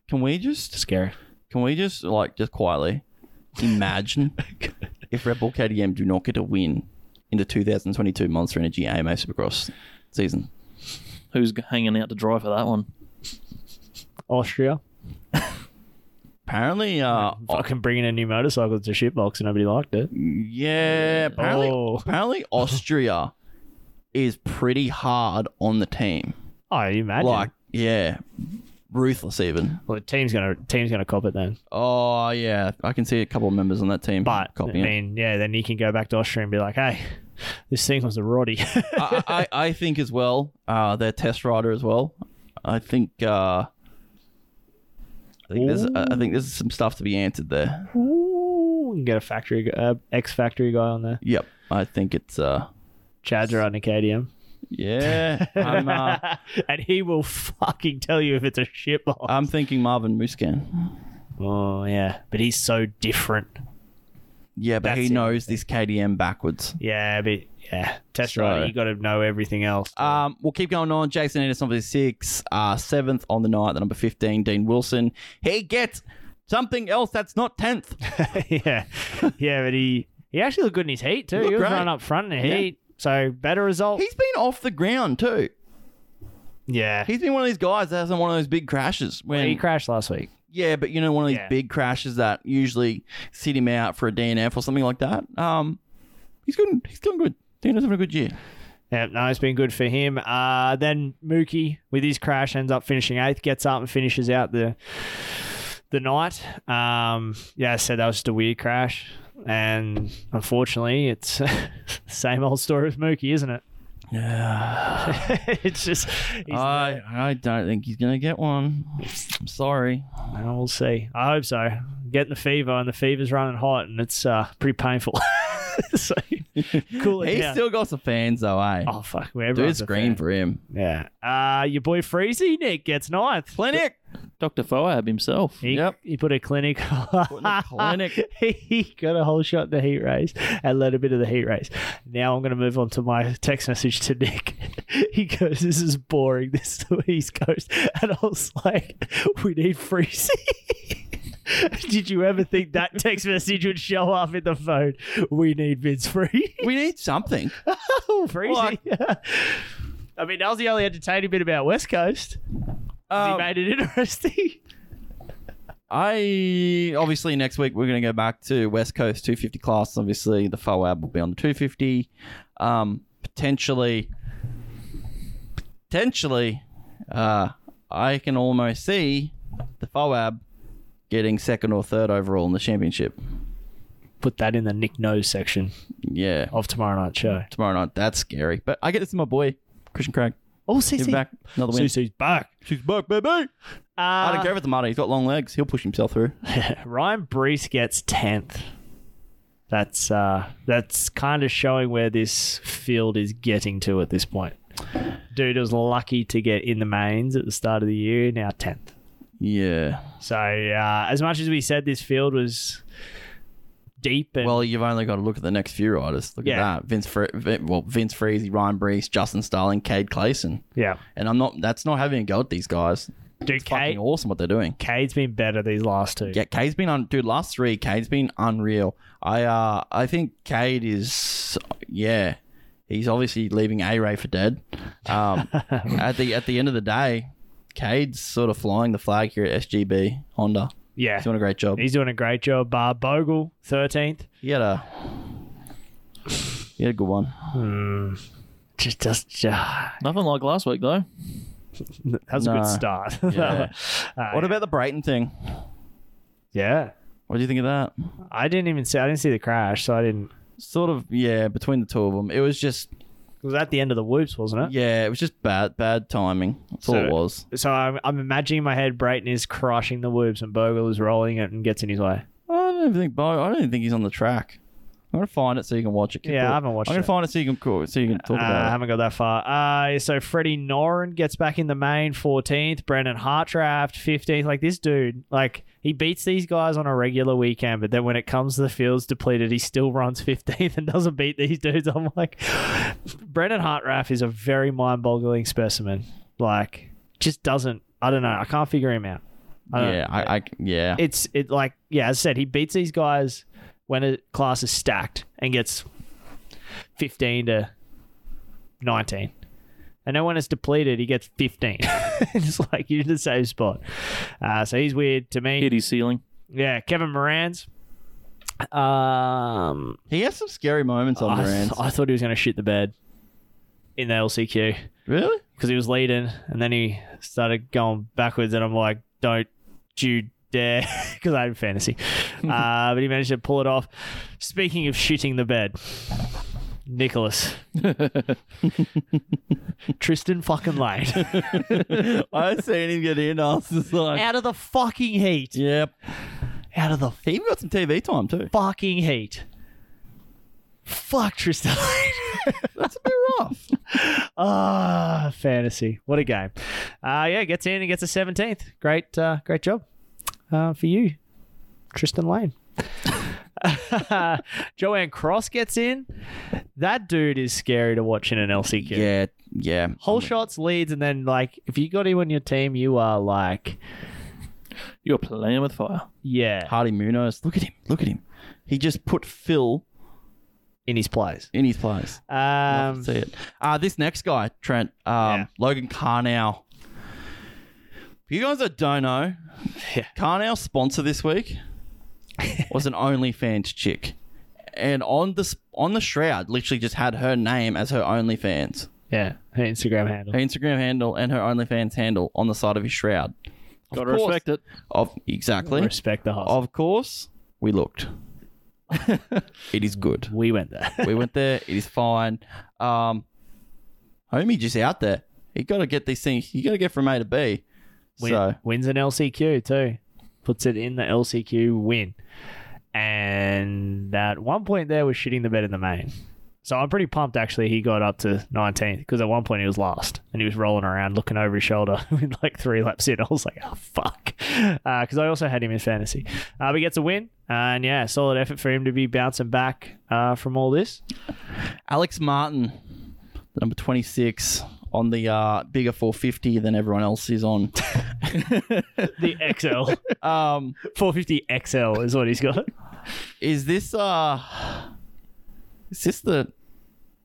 Can we just
scary.
can we just like just quietly imagine if Red Bull KDM do not get a win in the 2022 Monster Energy AMA Supercross season?
Who's g- hanging out to dry for that one?
Austria,
Apparently, uh,
fucking bringing a new motorcycle to shitbox and nobody liked it.
Yeah, apparently,
Oh.
apparently Austria is pretty hard on the team.
Oh, you imagine?
Like, yeah, ruthless even.
well, the team's gonna team's gonna cop it then.
Oh yeah, I can see a couple of members on that team.
But I
copying. it.
mean, yeah, then you can go back to Austria and be like, hey, this thing was a roddy.
I, I, I think as well, uh, their test rider as well. I think. Uh, I think, there's, I think there's some stuff to be answered there.
Ooh, we can get a factory uh, ex factory guy on there.
Yep, I think it's uh,
Chad's riding a KDM.
yeah. I'm, uh,
and he will fucking tell you if it's a shitbox.
I'm thinking Marvin Muscan.
Oh yeah, but he's so different.
Yeah, but
That's
he
it.
knows this KDM backwards.
Yeah, but yeah, test
So-
rider, you got to know everything else.
Um, we'll keep going on. Jason Anderson, number six, uh, seventh on the night. The number fifteen, Dean Wilson. He gets something else that's not tenth.
yeah, yeah, but he he actually looked good in his heat too. He,
looked
was
great.
running up front in the heat, so better result.
He's been off the ground too.
yeah,
He's been one of these guys that hasn't one of those big crashes. When
he crashed last week.
yeah, but you know one of these
Yeah.
big crashes that usually sit him out for a DNF or something like that. Um, he's good. He's doing good. Dean is having a good year.
Yeah, no, it's been good for him. Uh, then Mookie with his crash ends up finishing eighth, gets up and finishes out the the night. Um, yeah, I said that was just a weird crash, and unfortunately, it's same old story with Mookie, isn't it? Yeah, it's just. He's,
I I don't think he's gonna get one. I'm sorry.
well, we'll see. I hope so. Getting the fever, and the fever's running hot, and it's uh, pretty painful. so cool it
He's
down.
still got some fans though, eh?
Oh fuck! Wherever
Dude's green for him.
Yeah. Uh, your boy Freezy Nick gets ninth.
Plenick.
Dr. Foab himself.
yep. He put a clinic.
clinic.
he got a whole shot in the heat race and led a bit of the heat race. Now I'm going to move on to my text message to Nick. he goes, This is boring. This is the East Coast. And I was like, We need freezing. Did you ever think that text message would show up in the phone? We need Vince free.
We need something.
oh, freezing. I mean, that was the only entertaining bit about West Coast. 'Cause
Um,
he made it interesting.
I obviously next week we're going to go back to West Coast 250 class. Obviously, the FOAB will be on the 250. Um, potentially, potentially, uh, I can almost see the FOAB getting second or third overall in the championship.
Put that in the Nick Knows section.
Yeah,
of tomorrow night show.
Tomorrow night, that's scary. But I get this to my boy Christian Craig.
Oh,
Give
CC.
back another win.
CC's back.
She's back, baby. I don't care with the matter. He's got long legs. He'll push himself through.
Ryan Brees gets tenth. That's uh, that's kind of showing where this field is getting to at this point. Dude was lucky to get in the mains at the start of the year. Now tenth.
Yeah.
So uh, as much as we said this field was deep and
Well, you've only got to look at the next few riders. Look
Yeah.
at that. Vince, Fre- Vin- well, Vince Freezy, Ryan Brees, Justin Starling, Cade Clayson.
Yeah.
And I'm not. That's not having a go at these guys.
Dude,
it's fucking awesome what they're doing.
Cade's been better these last two.
Yeah, Cade's been on. Dude, last three, Cade's been unreal. I uh, I think Cade is. Yeah, he's obviously leaving A Ray for dead. Um, at the at the end of the day, Cade's sort of flying the flag here at SGB Honda.
Yeah.
he's doing a great job.
he's doing a great job. Uh, Bogle thirteenth.
He had a he had a good one.
Just just uh,
Nothing like last week, though.
that was a
No.
good start.
Yeah.
Uh,
what about the Brighton thing?
Yeah.
What do you think of that?
I didn't even see. I didn't see the crash, so I didn't.
Sort of, yeah. Between the two of them, it was just,
It was at the end of the whoops, wasn't it?
yeah, it was just bad, bad timing. That's all it was.
So I'm, I'm imagining in my head Brayton is crushing the whoops and Bogle is rolling it and gets in his way.
I don't think, Bo, I don't even think he's on the track. I'm gonna find it so you can watch it. Keep
Yeah,
talk-
I haven't watched
I'm gonna
it.
find it so you can cool, so you can talk
Uh, I
about it.
haven't got that far. Uh, so Freddie Norin gets back in the main 14th. Brendan Hartraft 15th. Like this dude, like he beats these guys on a regular weekend, but then when it comes to the fields depleted, he still runs 15th and doesn't beat these dudes. I'm like, Brendan Hartraft is a very mind-boggling specimen. Like, just doesn't. I don't know. I can't figure him out. I don't-
yeah, I, I, yeah.
it's it like yeah, as I said, he beats these guys when a class is stacked and gets fifteen to nineteen. And then when it's depleted, he gets fifteen. it's like you're in the same spot. Uh, so he's weird to me.
Hit his ceiling.
Yeah, Kevin Moran's. Um,
he has some scary moments on
I,
the
th- I thought he was going to shit the bed in the LCQ
Really?
because he was leading and then he started going backwards and I'm like, don't you dare because I had fantasy. uh, but he managed to pull it off. Speaking of shitting the bed, Nicholas. Tristan fucking Lane.
I seen him get in. I was just like,
Out of the fucking heat.
yep.
Out of the
He even got some TV time too.
fucking heat. Fuck Tristan Lane.
That's a bit rough.
Ah, fantasy. What a game. Uh, yeah, gets in and gets a 17th. Great, uh, great job uh, for you, Tristan Lane. Joanne Cross gets in. That dude is scary to watch in an LCQ.
Yeah, yeah.
Whole shots, leads, and then, like, if you got him on your team, you are like,
You're playing with fire.
yeah,
Hardy Munoz. Look at him. Look at him. He just put Phil
in his plays.
in his place.
Um,
see it. Uh, this next guy, Trent, um, Logan Carnow. For you guys that don't know,
Yeah.
Carnow's sponsor this week was an OnlyFans chick, and on the s- on the shroud, literally just had her name as her OnlyFans,
yeah, her Instagram handle.
her Instagram handle, and her OnlyFans handle on the side of his shroud. Of
Gotta
course-
respect it.
Of exactly.
Respect the hustle.
Of course, we looked. it is good.
We went there.
We went there. It is fine. Um, homie just out there. You got to get these things. You got to get from A to B.
Win,
so
wins an LCQ too, puts it in the LCQ win, and at one point there was shitting the bed in the main. So I'm pretty pumped actually he got up to 19th because at one point he was last and he was rolling around looking over his shoulder with like three laps in. I was like, oh, fuck. Because I also had him in fantasy. Uh, but he gets a win. And yeah, solid effort for him to be bouncing back uh, from all this.
Alex Martin, number 26 on the uh, bigger 450 than everyone else is on.
the XL.
Um,
450 XL is what he's got.
Is this uh is this the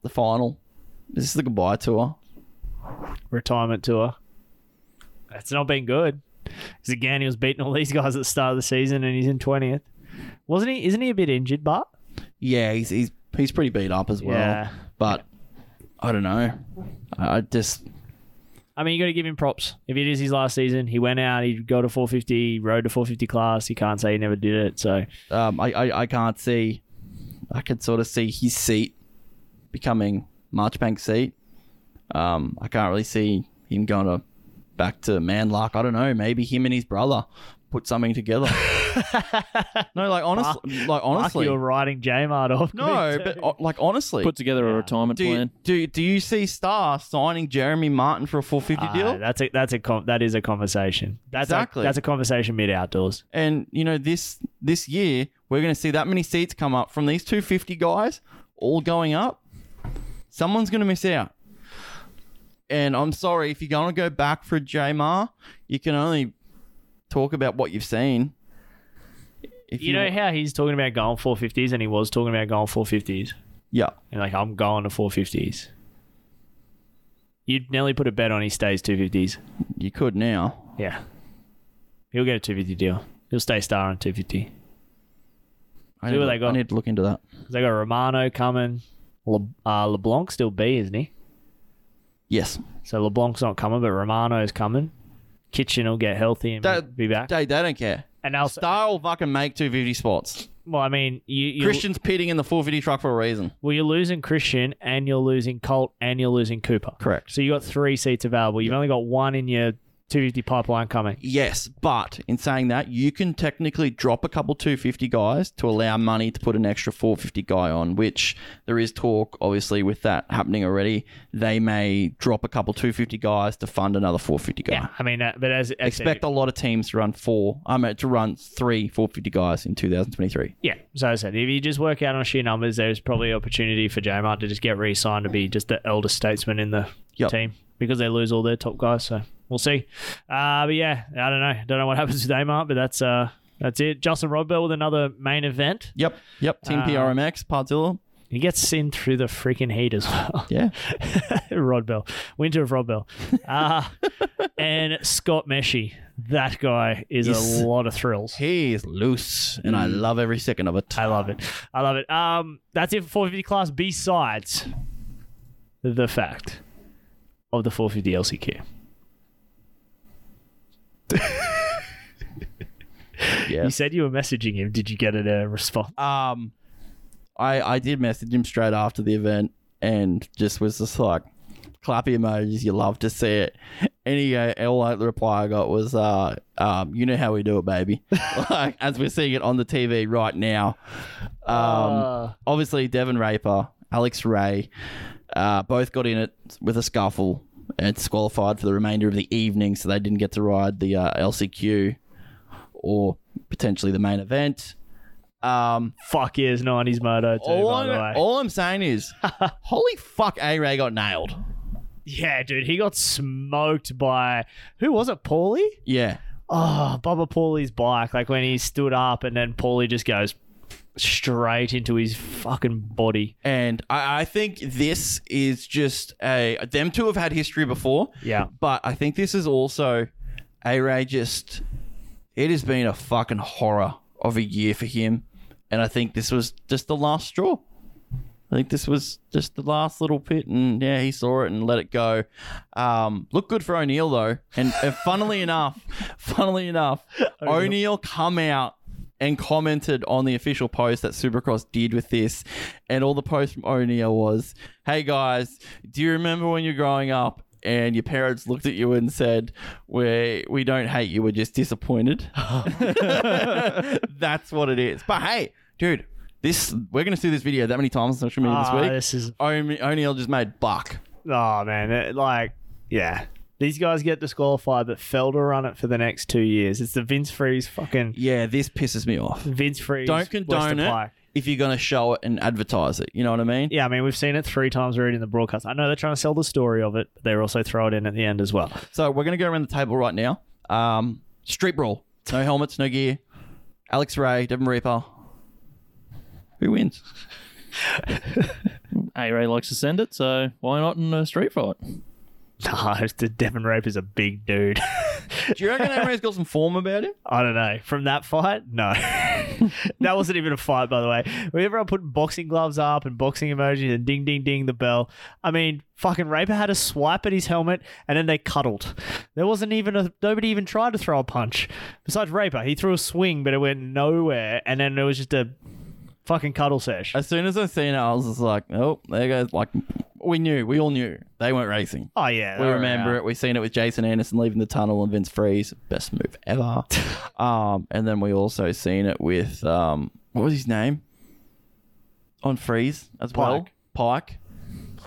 the final? Is this the goodbye tour?
Retirement tour. It's not been good. Because again, he was beating all these guys at the start of the season and he's in 20th. Wasn't he? Isn't he a bit injured, Bart?
Yeah, he's he's he's pretty beat up as well.
Yeah.
But I don't know. I just
I mean, you got to give him props. If it is his last season, he went out, he go to 450, he rode to 450 class. He can't say he never did it. So
um, I, I I can't see. I could sort of see his seat becoming Marchbank's seat. Um, I can't really see him going to back to Manlark. I don't know. Maybe him and his brother put something together. no, like honestly, like honestly,
you're writing Jmart off.
No, but uh, like honestly,
put together a retirement
do you,
plan.
do do you see Star signing Jeremy Martin for a 450
Ah,
deal?
that's a that's a com- that is a conversation. That's
Exactly.
A, that's a conversation mid outdoors.
And you know this this year we're going to see that many seats come up from these 250 guys all going up. Someone's going to miss out. And I'm sorry if you're going to go back for a Jmar, you can only talk about what you've seen. If
You, know how he's talking about going 450s, and he was talking about going 450s,
yeah.
and like I'm going to 450s. You'd nearly put a bet on he stays 250s.
You could now.
Yeah, he'll get a 250 deal. He'll stay star on 250.
I
See
need,
what
to-
they got.
I need to look into that.
'Cause They got Romano coming. Le- uh, LeBlanc still B, isn't he?
Yes.
So LeBlanc's not coming, but Romano's coming. Kitchen will get healthy and
That-
be back.
They, they don't care.
And now
Star will fucking make 250 spots.
Well, I mean, you, you
Christian's pitting in the 450 truck for a reason.
Well, you're losing Christian and you're losing Colt and you're losing Cooper.
Correct.
So you got three seats available. You've only got one in your 250 pipeline coming.
Yes, but in saying that, you can technically drop a couple 250 guys to allow money to put an extra 450 guy on, which there is talk, obviously, with that happening already. They may drop a couple 250 guys to fund another 450 guy.
Yeah. I mean, uh, but as, as
Expect a lot of teams to run four, I mean, to run three 450 guys in 2023.
Yeah. So as I said, if you just work out on sheer numbers, there's probably opportunity for Jmart to just get re-signed to be just the elder statesman in the
Yep.
team because they lose all their top guys. So we'll see. Uh, but yeah, I don't know. Don't know what happens with Amart, but that's uh, that's it. Justin Rodbell with another main event.
Yep, yep. Team
Uh,
PRMX, Pardzilla.
He gets in through the freaking heat as well.
Yeah.
Rod Bell. Winter of Rod Bell. Uh, and Scott Meshi. That guy is
He's-
a lot of thrills.
He is loose, and I love every second of it.
I love it. I love it. Um, that's it for 450 class. Besides the fact of the 450 LCQ.
Yeah.
You said you were messaging him. Did you get a uh, response?
Um, I I did message him straight after the event and just was just like clappy emojis. You love to see it. Any uh, all the reply I got was, uh, um, you know how we do it, baby. like as we're seeing it on the TV right now. Um,
Ah.
obviously Devin Raper, Alex Ray, uh, both got in it with a scuffle and disqualified for the remainder of the evening, so they didn't get to ride the uh, LCQ or potentially the main event. Um,
Fuck is 90s moto too,
all,
by the way.
I'm, all I'm saying is, holy fuck, A Ray got nailed.
yeah, dude. He got smoked by, who was it, Paulie?
Yeah.
oh, Bubba Paulie's bike, like when he stood up and then Paulie just goes straight into his fucking body.
And I, I think this is just a. Them two have had history before.
Yeah.
But I think this is also A Ray just. It has been a fucking horror of a year for him. And I think this was just the last straw. I think this was just the last little pit, and yeah, he saw it and let it go. Um, looked good for O'Neill though, and, and funnily enough, funnily enough, O'Neill come out and commented on the official post that Supercross did with this, and all the post from O'Neill was, "Hey guys, do you remember when you're growing up?" And your parents looked at you and said, "We we don't hate you. We're just disappointed." That's what it is. But hey, dude, This we're gonna see this video that many times on social media
Ah,
this week.
this is-
O'Me- O'Neill just made buck.
Oh man, it, like yeah. These guys get disqualified, but Felder run it for the next two years. It's the Vince Freeze fucking
Yeah, this pisses me off.
Vince Freeze.
Don't condone
Western
it
Pike.
if you're gonna show it and advertise it. You know what I mean?
Yeah, I mean we've seen it three times already in the broadcast. I know they're trying to sell the story of it, but they're also throw it in at the end as well.
So we're gonna go around the table right now. Um, street brawl. No helmets, no gear. Alex Ray, Devin Reaper. Who wins?
A Ray likes to send it, so why not in a street fight?
Nah, the Devon Rape is a big dude.
Do you reckon Emery's got some form about him?
I don't know. From that fight, no. that wasn't even a fight, by the way. Whenever I put boxing gloves up and boxing emojis and ding, ding, ding, the bell. I mean, fucking Raper had a swipe at his helmet and then they cuddled. There wasn't even a. Nobody even tried to throw a punch. Besides Raper, he threw a swing, but it went nowhere. And then it was just a fucking cuddle sesh.
As soon as I seen it, I was just like, oh, there goes. Like, we knew, we all knew they weren't racing.
Oh, yeah.
we
they were
remember
out.
it. We seen it with Jason Anderson leaving the tunnel and Vince Freeze, best move ever. um, and then we also seen it with um, what was his name on Freeze as well, Pike.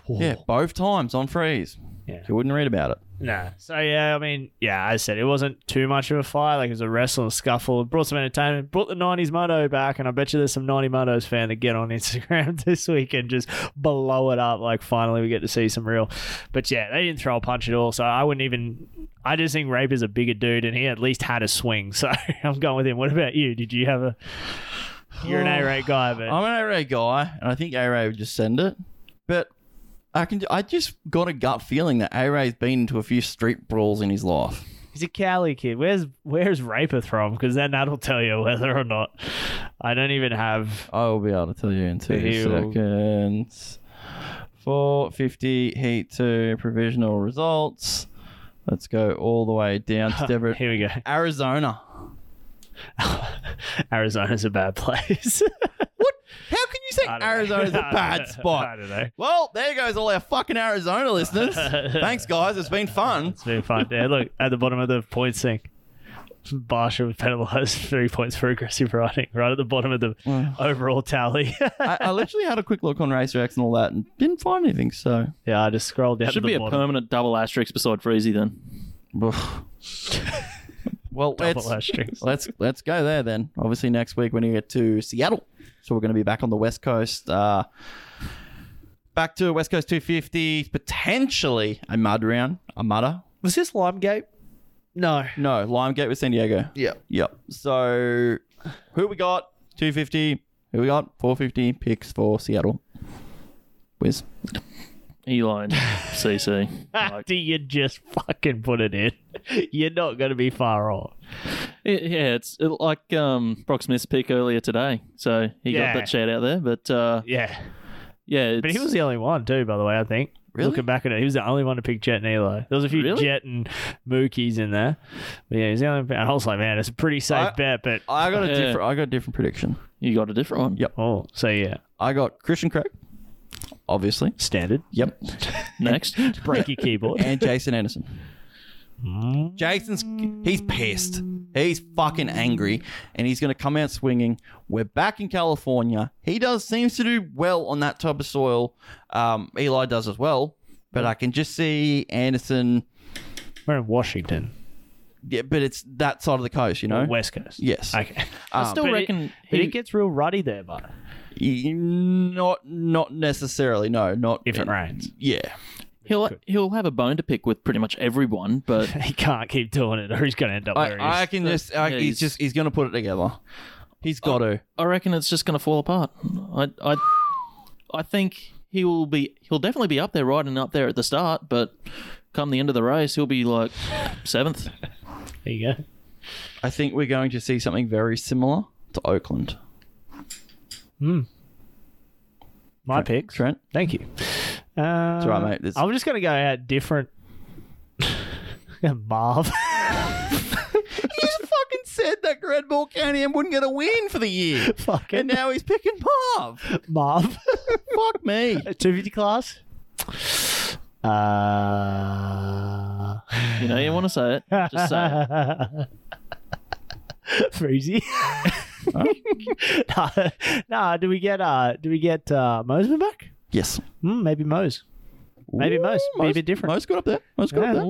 Yeah, both times on Freeze.
Yeah,
you wouldn't read about it.
Nah. So yeah, I mean, yeah, as I said it wasn't too much of a fight. Like it was a wrestling scuffle. It brought some entertainment. Brought the '90s moto back, and I bet you there's some '90 motos fan that get on Instagram this week and just blow it up. Like finally we get to see some real. But yeah, they didn't throw a punch at all. So I wouldn't even. I just think Rape is a bigger dude, and he at least had a swing. So I'm going with him. What about you? Did you have a? You're an A rate guy, but
I'm an A Ray guy, and I think A Ray would just send it. But I can, I just got a gut feeling that A Ray's been into a few street brawls in his life.
He's a Cali kid. Where's where's Raper from? Because then that'll tell you whether or not. I don't even have.
I'll be able to tell you in two
Ew.
seconds. 450 heat to provisional results. Let's go all the way down to Deborah.
Here we go.
Arizona.
Arizona's a bad place.
How can you
I
say
don't know.
Arizona's
I
a
don't
bad
know.
spot?
I don't know.
Well, there goes all our fucking Arizona listeners. Thanks, guys. It's been fun.
It's been fun. Yeah, look at the bottom of the points thing. Barsha was penalised three points for aggressive riding, right at the bottom of the overall tally.
I, I literally had a quick look on RacerX and all that and didn't find anything. So
yeah, I just scrolled down.
Should
to the
be a
bottom.
permanent double asterisk beside Freezy then.
Double
well, let's,
asterisks.
let's let's go there then. Obviously next week when you get to Seattle, so we're going to be back on the West Coast. Uh, back to West Coast 250, potentially a mud round, a mudder.
Was this Limegate? No.
No, Limegate with San Diego.
Yeah.
Yep. So who we got? 250. Who we got? 450 picks for Seattle. Whiz.
Eli and CC.
Do you just fucking put it in? You're not going to be far off.
It- yeah, it's it, like um, Brock Smith's pick earlier today, so he
Yeah.
got that shout out there. But uh,
Yeah.
yeah, it's,
But he was the only one too, by the way. I think.
Really?
Looking back at it, he was the only one to pick Jet and Eli. There was a few
Really?
Jet and Mookies in there, but yeah, he's the only. And I was like, man, it's a pretty safe
I-
bet. But
I got a
Yeah.
different. I got a different prediction.
you got a different one.
Yep.
oh, so yeah,
I got Christian Craig. Obviously.
standard.
Yep.
Next,
Break your keyboard.
and Jason Anderson. Jason's he's pissed. He's fucking angry, and he's going to come out swinging. We're back in California. He does seems to do well on that type of soil. Um, Eli does as well, but I can just see Anderson.
We're in Washington,
Yeah, but it's that side of the coast, you know.
West Coast.
Yes,
Okay.
I still
But it-
reckon
but
he,
it gets real ruddy there, but
Y- not not necessarily. No, not
if it rains,
Yeah,
he'll he'll have a bone to pick with pretty much everyone. But
he can't keep doing it, or he's going to end up where he is.
I, I can just. I,
Yeah,
he's
he's-
just. He's going to put it together. He's got to.
I reckon it's just going to fall apart. I, I, I think he will be. He'll definitely be up there, riding up there at the start, but come the end of the race, he'll be like seventh.
there you go.
I think we're going to see something very similar to Oakland.
My picks.
Trent.
Thank you. Uh, it's
all right, mate. It's-
I'm just going to go out different. Marv.
He fucking said that Red Bull County and wouldn't get a win for the year.
Fuck
And
it.
now he's picking Marv.
Marv.
Fuck me.
250 class? Uh,
You know, you want to say it, just say it.
Freezy. nah, nah, do we get uh do we get uh Mosman back?
Yes.
Hmm, maybe Mose. Maybe Mose. Maybe different.
Mose got up there. Mose got up there.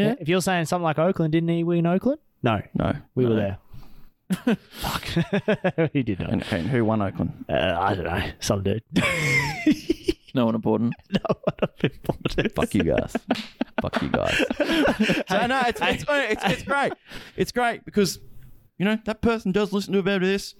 yeah. If you're saying something like Oakland, didn't he win Oakland? No.
No.
We were there. Fuck. he did not.
And, and who won Oakland?
Uh, I don't know. Some dude.
No one important.
Fuck you guys. Fuck you guys. so no, it's, it's, it's, it's great. It's great because you know that person does listen to a bit of this.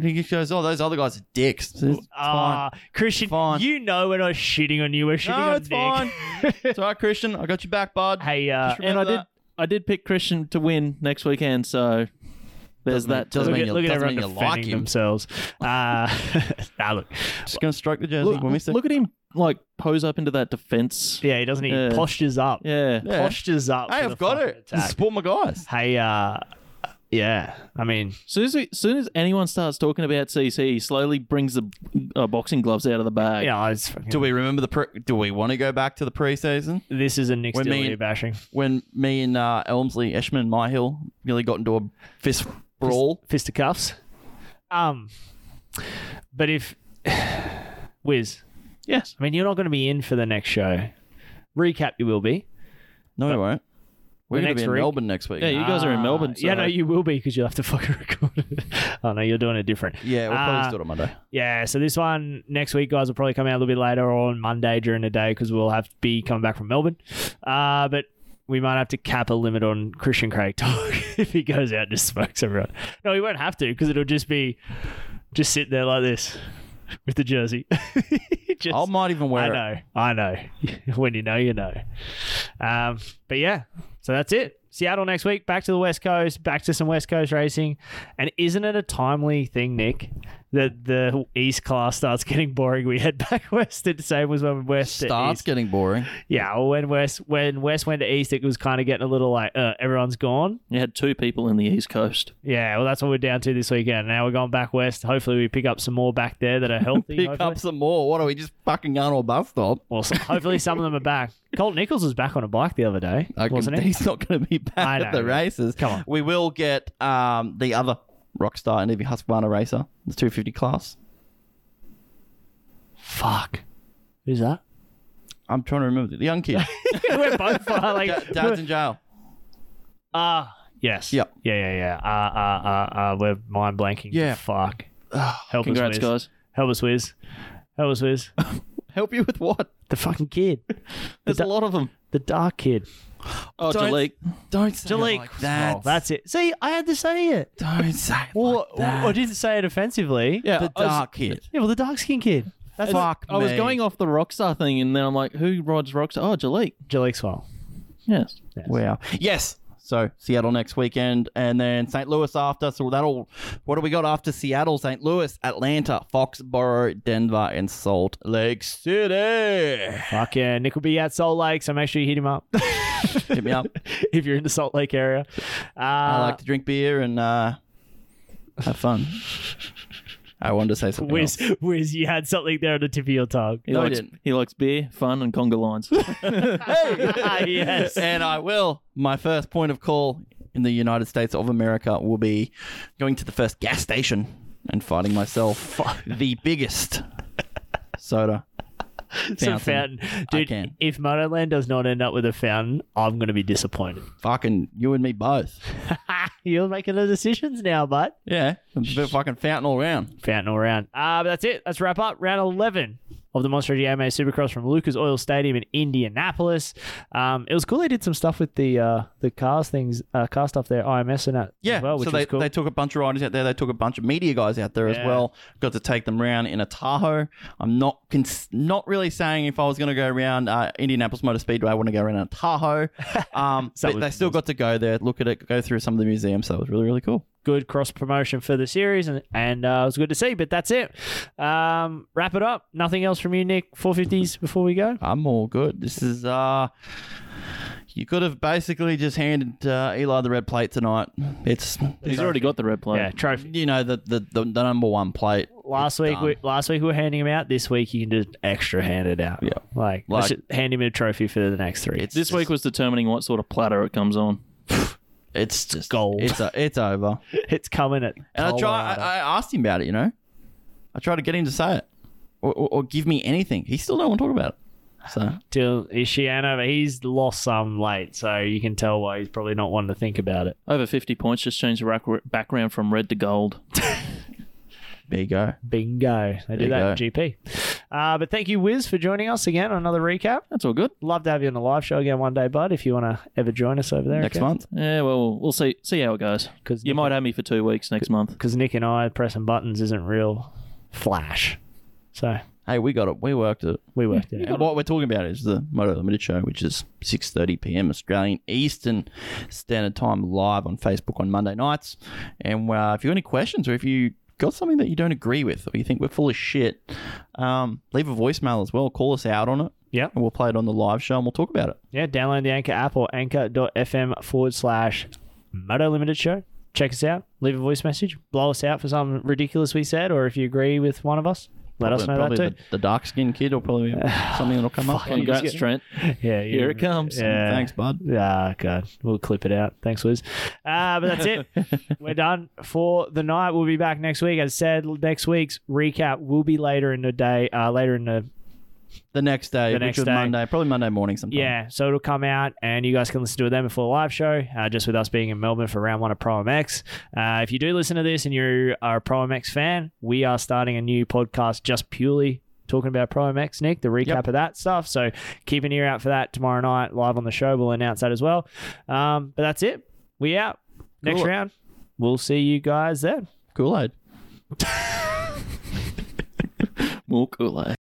He goes, "Oh, those other guys are dicks." So it's
Ah, Christian, you know we're not shitting on you. We're shitting
fine.
on
No, it's
Nick.
fine. it's all right, Christian. I got your back, bud.
Hey, uh,
and I did I did pick Christian to win next weekend, so there's that.
doesn't
too.
mean you-
look at
doesn't
everyone
mean you like
defending
him.
themselves. Uh, nah, look,
Just gonna stroke the jersey.
Look,
when we see-
look at him like pose up into that defense.
yeah, he doesn't. He
Yeah.
postures up.
Yeah.
Yeah.
Postures up.
Hey,
for the
I've got
fucking
it.
attack.
Support my guys.
Hey, uh, yeah. I mean,
Soon as, we, soon as anyone starts talking about CC, he slowly brings the uh, boxing gloves out of the bag.
you know, it's fucking-
Do we remember the? Pre- do we want to go back to the preseason
this is a Nick
When me
Steele
and-
bashing.
when me and uh, Elmsley, Eshman, and Myhill really got into a fist brawl?
Fist of cuffs. Um, but if Wiz,
Yes.
I mean, you're not going to be in for the next show. Recap, you will be.
No, we won't. We're
The
gonna
next
be in
week-
Melbourne next week.
Yeah, you guys are in
Ah,
Melbourne. So
Yeah, no, you will be because you'll have to fucking record it. oh no, you're doing it different.
Yeah, we'll probably
Uh,
do it on Monday.
Yeah, so this one next week, guys, will probably come out a little bit later or on Monday during the day because we'll have to be coming back from Melbourne. Uh, but we might have to cap a limit on Christian Craig talk if he goes out and just smokes everyone. No, he won't have to because it'll just be just sit there like this with the jersey. Just-
I might even wear
I
it.
know, I know. when you know, you know. Um, but yeah, so that's it. Seattle next week, back to the West Coast, back to some West Coast racing. And isn't it a timely thing, Nick, that the East class starts getting boring? We head back west. It's the same as when West to
Starts
East.
getting boring.
yeah, well, when West when West went to East, it was kind of getting a little like uh, everyone's gone.
You had two people in the East Coast.
Yeah, well, that's what we're down to this weekend. Now we're going back west. Hopefully, we pick up some more back there that are healthy.
Pick
hopefully.
up some more. What are we just fucking going to a bus stop?
Awesome. Hopefully, some of them are back. Colt Nichols was back on a bike the other day,
I can-
wasn't he?
he's not going to be
I
back at
know.
the races.
Come on.
We will get um, the other Rockstar and Evie Husqvarna racer, the 250 class.
Fuck. Who's that?
I'm trying to remember the young kid.
we're both far, like
Da- Dad's in jail.
ah yes.
Yep.
Yeah, yeah, yeah. Uh, uh, uh, uh, we're mind blanking.
Yeah. Ah,
Fuck. Help
Congrats,
us, Wiz.
guys.
Help us, Wiz. Help us, Wiz.
Help you with what?
The fucking kid.
There's a lot of them.
The dark kid.
Oh,
Don't-
Jalik.
Don't say it like that.
Oh, that's it. See, I had to say it.
Don't say it
Well,
like that.
I didn't say it offensively.
Yeah,
the
I was-
dark kid.
Yeah, well, the dark skinned kid. That's
Fuck
I was
me.
going off the Rockstar thing, and then I'm like, who rides Rockstar? Oh, Jalik.
Jalik Swell.
Yes.
Wow. Yes. So Seattle next weekend, and then St. Louis after. So that'll. What do we got after Seattle? St. Louis, Atlanta, Foxborough, Denver, and Salt Lake City.
Fuck yeah. Nick will be at Salt Lake, so make sure you hit him up
Hit me up.
if you're in the Salt Lake area. Uh,
I like to drink beer and uh, have fun. I wanted to say something.
Wiz,
else.
Wiz, you had something there on the tip of your tongue.
He
No, I
likes
didn't.
he likes beer, fun, and conga lines.
Ah, yes.
And I will. My first point of call in the United States of America will be going to the first gas station and finding myself the biggest soda.
Some fountain. Dude,
can.
if Motoland does not end up with a fountain, I'm going to be disappointed.
Fucking you and me both.
You're making the decisions now, bud.
Yeah. A bit of fucking fountain all round.
Fountain all round. Uh, but that's it. Let's wrap up round 11 of the Monster Energy AMA Supercross from Lucas Oil Stadium in Indianapolis. Um, it was cool. They did some stuff with the uh, the cars things, uh, car stuff there, IMS and that.
Yeah.
as well, which
so
was
they,
cool.
they took a bunch of riders out there. They took a bunch of media guys out there
Yeah.
as well. Got to take them round in a Tahoe. I'm not cons- not really saying if I was going to go around uh, Indianapolis Motor Speedway, I want to go around in a Tahoe. Um,
So
but
it
they
was-
still got to go there, look at it, go through some of the museums. So it was really, really cool.
good cross promotion for the series, and and uh, it was good to see. But that's it. Um, wrap it up. Nothing else from you, Nick. 450s before we go.
I'm all good. This is uh you could have basically just handed uh, Eli the red plate tonight. It's
He's already got the red plate.
Yeah, trophy.
you know the the, the, the number one plate.
Last week, we, last week we were handing him out. This week you can just extra hand it out. Yeah, like, let's
Like-
just hand him a trophy for the next three.
It's
This
just-
week was determining what sort of platter it comes on.
It's just gold. It's o- it's over.
it's coming at.
And I try. I, I asked him about it. You know, I tried to get him to say it or, or, or give me anything. He still don't want to talk about it. So
Till Ishiano, but he's lost some late, so you can tell why he's probably not wanting to think about it.
Over 50 points, just changed the rack- background from red to gold.
Bingo.
Bingo. They do
There
that
you
in GP. Uh, but thank you, Wiz, for joining us again on another recap.
That's all good.
Love to have you on the live show again one day, bud, if you want to ever join us over there.
Next
again.
month? Yeah, well, we'll see see how it goes. Because you might have me for two weeks next month.
Because Nick and I pressing buttons isn't real flash. So
hey, we got it. We worked it.
We worked it.
And what we're talking about is the Moto Limited show, which is 6:30 p.m. Australian Eastern Standard Time, live on Facebook on Monday nights. And uh, if you have any questions or if you got something that you don't agree with or you think we're full of shit, um, leave a voicemail as well. Call us out on it.
Yeah,
and we'll play it on the live show and we'll talk about it.
Yeah, download the Anchor app or anchor.fm forward slash Moto Limited Show. Check us out. Leave a voice message. Blow us out for something ridiculous we said, or if you agree with one of us, let us know that
Probably
too.
The, the dark skinned kid will probably be something that'll come up.
Fuck, you just get- Yeah, you-
Here it comes.
Yeah.
Thanks, bud.
Ah, God. We'll clip it out. Thanks, Wiz. Uh, but that's it. We're done for the night. We'll be back next week. As said, next week's recap will be later in the day, uh, later in the
The next day,
The
which
next
was
day.
Monday, probably Monday morning sometime.
Yeah, so it'll come out, and you guys can listen to it then before the live show, uh, just with us being in Melbourne for round one of Pro MX. Uh, if you do listen to this and you are a Pro MX fan, we are starting a new podcast just purely talking about Pro MX, Nick, the recap of that stuff. So keep an ear out for that tomorrow night, live on the show. We'll announce that as well. Um, but that's it. We out. Next
Cool.
round, we'll see you guys then.
Kool Aid.
More Kool Aid.